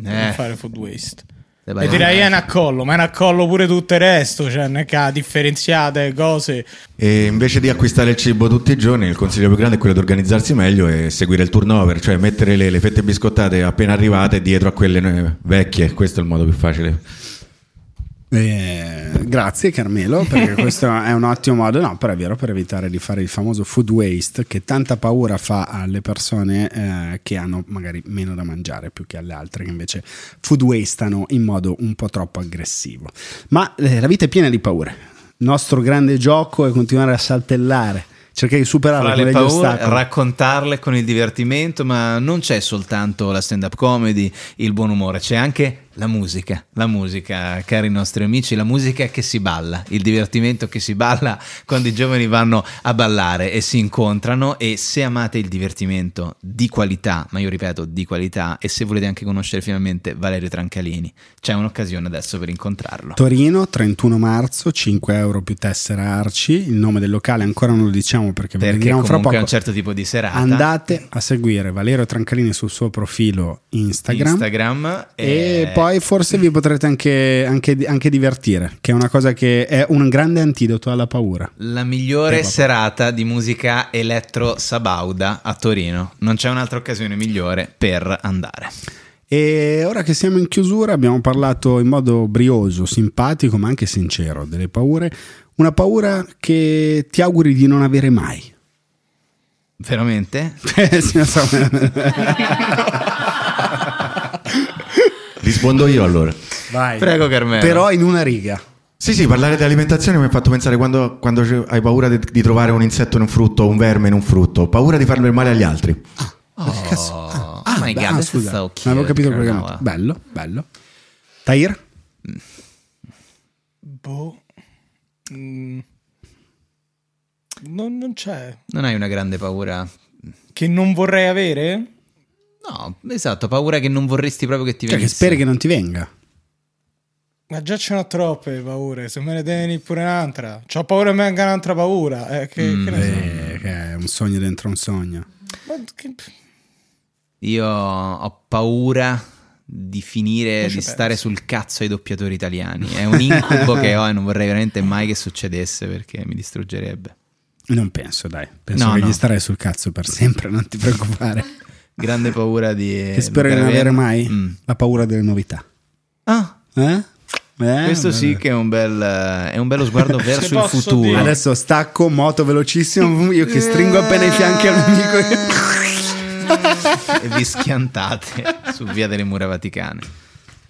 Speaker 3: Per
Speaker 1: Eh.
Speaker 3: Non fare food waste.
Speaker 1: Eh, vai,
Speaker 3: E direi
Speaker 1: vai.
Speaker 3: è un accollo, ma è un accollo pure tutto il resto, cioè non è che ha differenziate cose.
Speaker 8: E invece di acquistare il cibo tutti i giorni, il consiglio più grande è quello di organizzarsi meglio e seguire il turnover, cioè mettere le, le fette biscottate appena arrivate dietro a quelle eh, vecchie. Questo è il modo più facile.
Speaker 2: Eh, grazie Carmelo, perché questo è un ottimo modo, no, però è vero, per evitare di fare il famoso food waste che tanta paura fa alle persone eh, che hanno magari meno da mangiare più che alle altre che invece food wasteano in modo un po' troppo aggressivo. Ma eh, la vita è piena di paure. Il nostro grande gioco è continuare a saltellare, cercare di superare
Speaker 1: Fra
Speaker 2: quelle
Speaker 1: le
Speaker 2: gli
Speaker 1: paure,
Speaker 2: ostacoli.
Speaker 1: raccontarle con il divertimento, ma non c'è soltanto la stand-up comedy, il buon umore, c'è anche la musica, la musica, cari nostri amici, la musica che si balla, il divertimento che si balla quando i giovani vanno a ballare e si incontrano e se amate il divertimento di qualità, ma io ripeto di qualità, e se volete anche conoscere finalmente Valerio Trancalini, c'è un'occasione adesso per incontrarlo.
Speaker 2: Torino, 31 marzo, 5 euro più tessera Arci. Il nome del locale ancora non lo diciamo perché, ve lo
Speaker 1: Perché
Speaker 2: diremo fra
Speaker 1: comunque è
Speaker 2: poco.
Speaker 1: un certo tipo di serata.
Speaker 2: Andate a seguire Valerio Trancalini sul suo profilo Instagram.
Speaker 1: Instagram
Speaker 2: E poi forse vi potrete anche, anche, anche divertire, che è una cosa che è un grande antidoto alla paura.
Speaker 1: La migliore
Speaker 2: Eh, vabbè.
Speaker 1: serata di musica elettro sabauda a Torino. Non c'è un'altra occasione migliore per andare.
Speaker 2: E ora che siamo in chiusura abbiamo parlato in modo brioso, simpatico ma anche sincero delle paure. Una paura che ti auguri di non avere mai.
Speaker 1: Veramente?
Speaker 2: Eh, sì, lo so.
Speaker 8: Rispondo io allora.
Speaker 2: Vai.
Speaker 1: Prego, Carmelo.
Speaker 2: Però in una riga.
Speaker 1: Oh
Speaker 8: Sì, sì, parlare di alimentazione mi ha fatto pensare quando, quando c- hai paura di, di trovare un insetto in un frutto, un verme in un frutto, paura di farlo del male agli altri.
Speaker 1: Oh, oh my
Speaker 2: beh,
Speaker 1: god,
Speaker 2: ah,
Speaker 1: this is
Speaker 2: scusa,
Speaker 1: so
Speaker 2: non
Speaker 1: cute.
Speaker 2: avevo capito il
Speaker 1: Carmela.
Speaker 2: collegamento. Bello, bello. Tahir? Cioè,
Speaker 3: Boh. Mm. Non, non c'è.
Speaker 1: Non hai una grande paura?
Speaker 3: Che non vorrei avere?
Speaker 1: No, esatto, paura che non vorresti proprio che ti
Speaker 2: Cioè,
Speaker 1: venisse.
Speaker 2: che speri che non ti venga.
Speaker 3: Ma già ce n'ho troppe paure, se me ne tieni pure un'altra. C'ho paura che mi venga un'altra paura. Eh, che, che ne so.
Speaker 1: Esatto.
Speaker 2: Eh, che è un sogno dentro un sogno.
Speaker 3: Ma che-
Speaker 1: Io ho paura di finire
Speaker 3: Non
Speaker 1: di
Speaker 3: ci
Speaker 1: stare
Speaker 3: penso.
Speaker 1: sul cazzo ai doppiatori italiani. È un incubo che ho e non vorrei veramente mai che succedesse perché mi distruggerebbe.
Speaker 2: Non penso, dai. Penso
Speaker 1: No,
Speaker 2: che
Speaker 1: no.
Speaker 2: gli starei sul cazzo per sempre, non ti preoccupare.
Speaker 1: Grande paura di.
Speaker 2: che spero di non avere mai
Speaker 1: Eh, Mm.
Speaker 2: la paura delle novità.
Speaker 1: Ah,
Speaker 2: Eh? Eh,
Speaker 1: questo sì
Speaker 2: vabbè.
Speaker 1: che è un bel. eh, È un bello sguardo verso il
Speaker 3: posso
Speaker 1: futuro.
Speaker 3: dire-
Speaker 2: Adesso stacco, moto velocissimo, io che stringo appena i fianchi all'amico.
Speaker 1: e vi schiantate su via delle mura vaticane.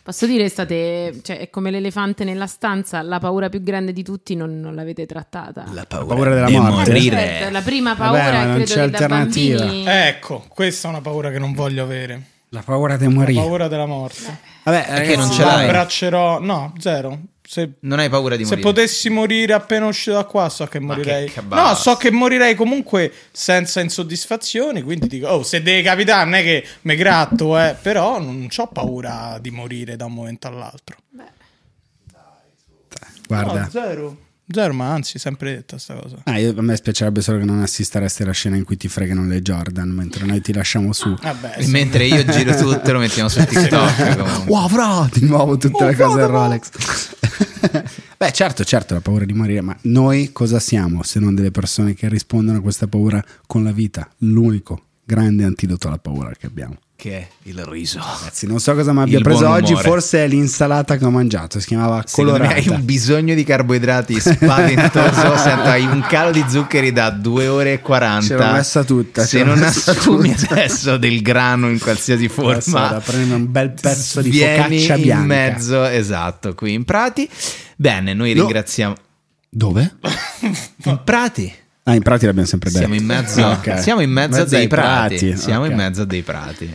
Speaker 7: Posso dire, state, cioè, è come l'elefante nella stanza, la paura più grande di tutti non, non l'avete trattata.
Speaker 1: La paura,
Speaker 2: paura della
Speaker 1: di
Speaker 2: morte.
Speaker 1: morire.
Speaker 7: Aspetta, la prima
Speaker 2: Vabbè,
Speaker 7: paura
Speaker 2: ma non
Speaker 7: credo
Speaker 2: c'è
Speaker 7: che
Speaker 2: alternativa.
Speaker 7: da bambini...
Speaker 3: Ecco, questa è una paura che non voglio avere.
Speaker 2: La paura di
Speaker 3: La
Speaker 2: morire.
Speaker 3: paura della morte.
Speaker 2: Vabbè,
Speaker 1: Perché non
Speaker 2: ragazzi,
Speaker 1: ce l'hai?
Speaker 3: Abbraccerò. No, zero. Se,
Speaker 1: Non hai paura di
Speaker 3: se
Speaker 1: morire.
Speaker 3: potessi morire appena uscito da qua, so che
Speaker 1: Ma che
Speaker 3: morirei.
Speaker 1: cabazzo.
Speaker 3: no, so che morirei comunque senza insoddisfazioni. Quindi dico: Oh, se deve capitare, non è che me gratto, eh. Però non ho paura di morire da un momento all'altro.
Speaker 2: guarda.
Speaker 3: No, zero. Zero, ma anzi, sempre detta sta cosa.
Speaker 2: Ah, io- a me spiacerebbe solo che non assisteresti alla scena in cui ti fregano le Jordan mentre noi ti lasciamo su.
Speaker 3: Vabbè,
Speaker 1: E Mentre io giro tutto lo mettiamo su TikTok. comunque.
Speaker 2: Wow, fra! Di nuovo tutte le cose del Rolex. Beh, certo, certo, la paura di morire, ma noi cosa siamo se non delle persone che rispondono a questa paura con la vita? L'unico grande antidoto alla paura che abbiamo.
Speaker 1: Che è il riso.
Speaker 2: Ragazzi, non so cosa mi abbia
Speaker 1: Il
Speaker 2: preso
Speaker 1: buon
Speaker 2: oggi,
Speaker 1: umore.
Speaker 2: forse è l'insalata che ho mangiato, si chiamava
Speaker 1: Secondo me hai
Speaker 2: colorata.
Speaker 1: un bisogno di carboidrati spaventoso. Sento, hai un calo di zuccheri da 2 ore e 40.
Speaker 2: Ce l'ho messa tutta, ce
Speaker 1: Se
Speaker 2: l'ho
Speaker 1: non
Speaker 2: messa
Speaker 1: assumi
Speaker 2: tutta.
Speaker 1: adesso del grano in qualsiasi
Speaker 2: Adesso vado
Speaker 1: forma,
Speaker 2: a prendermi un bel pezzo di
Speaker 1: vieni
Speaker 2: focaccia bianca.
Speaker 1: in mezzo, esatto, qui in Prati. Bene, noi
Speaker 2: No.
Speaker 1: ringraziamo.
Speaker 2: Dove?
Speaker 1: In Prati?
Speaker 2: Ah, in pratica l'abbiamo sempre detto.
Speaker 1: Siamo in mezzo,
Speaker 2: Ok.
Speaker 1: siamo in mezzo, a
Speaker 2: ai
Speaker 1: dei prati. Siamo
Speaker 2: ok.
Speaker 1: in mezzo a dei prati.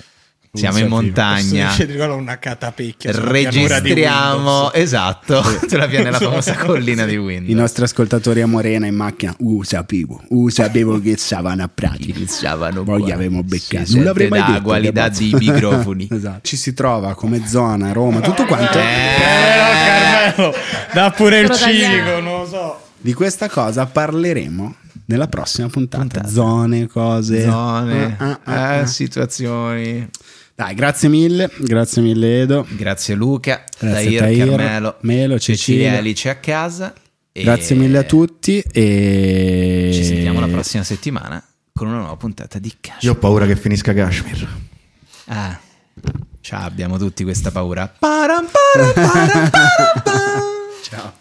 Speaker 1: Siamo
Speaker 2: sapevo.
Speaker 1: in montagna.
Speaker 3: Ci ricordo una catapecchia. sulla pianura di Windows.
Speaker 1: Registriamo, esatto, sulla via nella famosa collina di
Speaker 2: I
Speaker 1: Windows.
Speaker 2: nostri ascoltatori a Morena in macchina, uh, sapevo, uh, sapevo che stavano a Prati.
Speaker 1: Iniziavano
Speaker 2: Poi
Speaker 1: qua.
Speaker 2: gli avevamo beccato.
Speaker 1: Si sente la qualità
Speaker 2: ragazzi.
Speaker 1: dei microfoni.
Speaker 2: Esatto. Ci si trova come zona, Roma, tutto quanto.
Speaker 1: Eh.
Speaker 3: Eh, no, Carmelo, da pure il
Speaker 7: Lo tagliamo.
Speaker 3: civico, non lo so.
Speaker 2: Di questa cosa parleremo nella prossima puntata. Zone, cose.
Speaker 1: Zone,
Speaker 2: Ah, ah, ah,
Speaker 1: eh,
Speaker 2: ah.
Speaker 1: situazioni.
Speaker 2: Dai, grazie mille, grazie mille Edo.
Speaker 1: Grazie Luca,
Speaker 2: Grazie
Speaker 1: Tair,
Speaker 2: Tahir,
Speaker 1: Carmelo,
Speaker 2: Melo, Cecilia.
Speaker 1: Alice a casa. e
Speaker 2: Grazie mille a tutti e
Speaker 1: Ci sentiamo la prossima settimana con una nuova puntata di Cash.
Speaker 8: Io ho paura che finisca Kashmir.
Speaker 1: Ah, ciao, abbiamo tutti questa paura. Param, param, param, param, param.
Speaker 2: Ciao.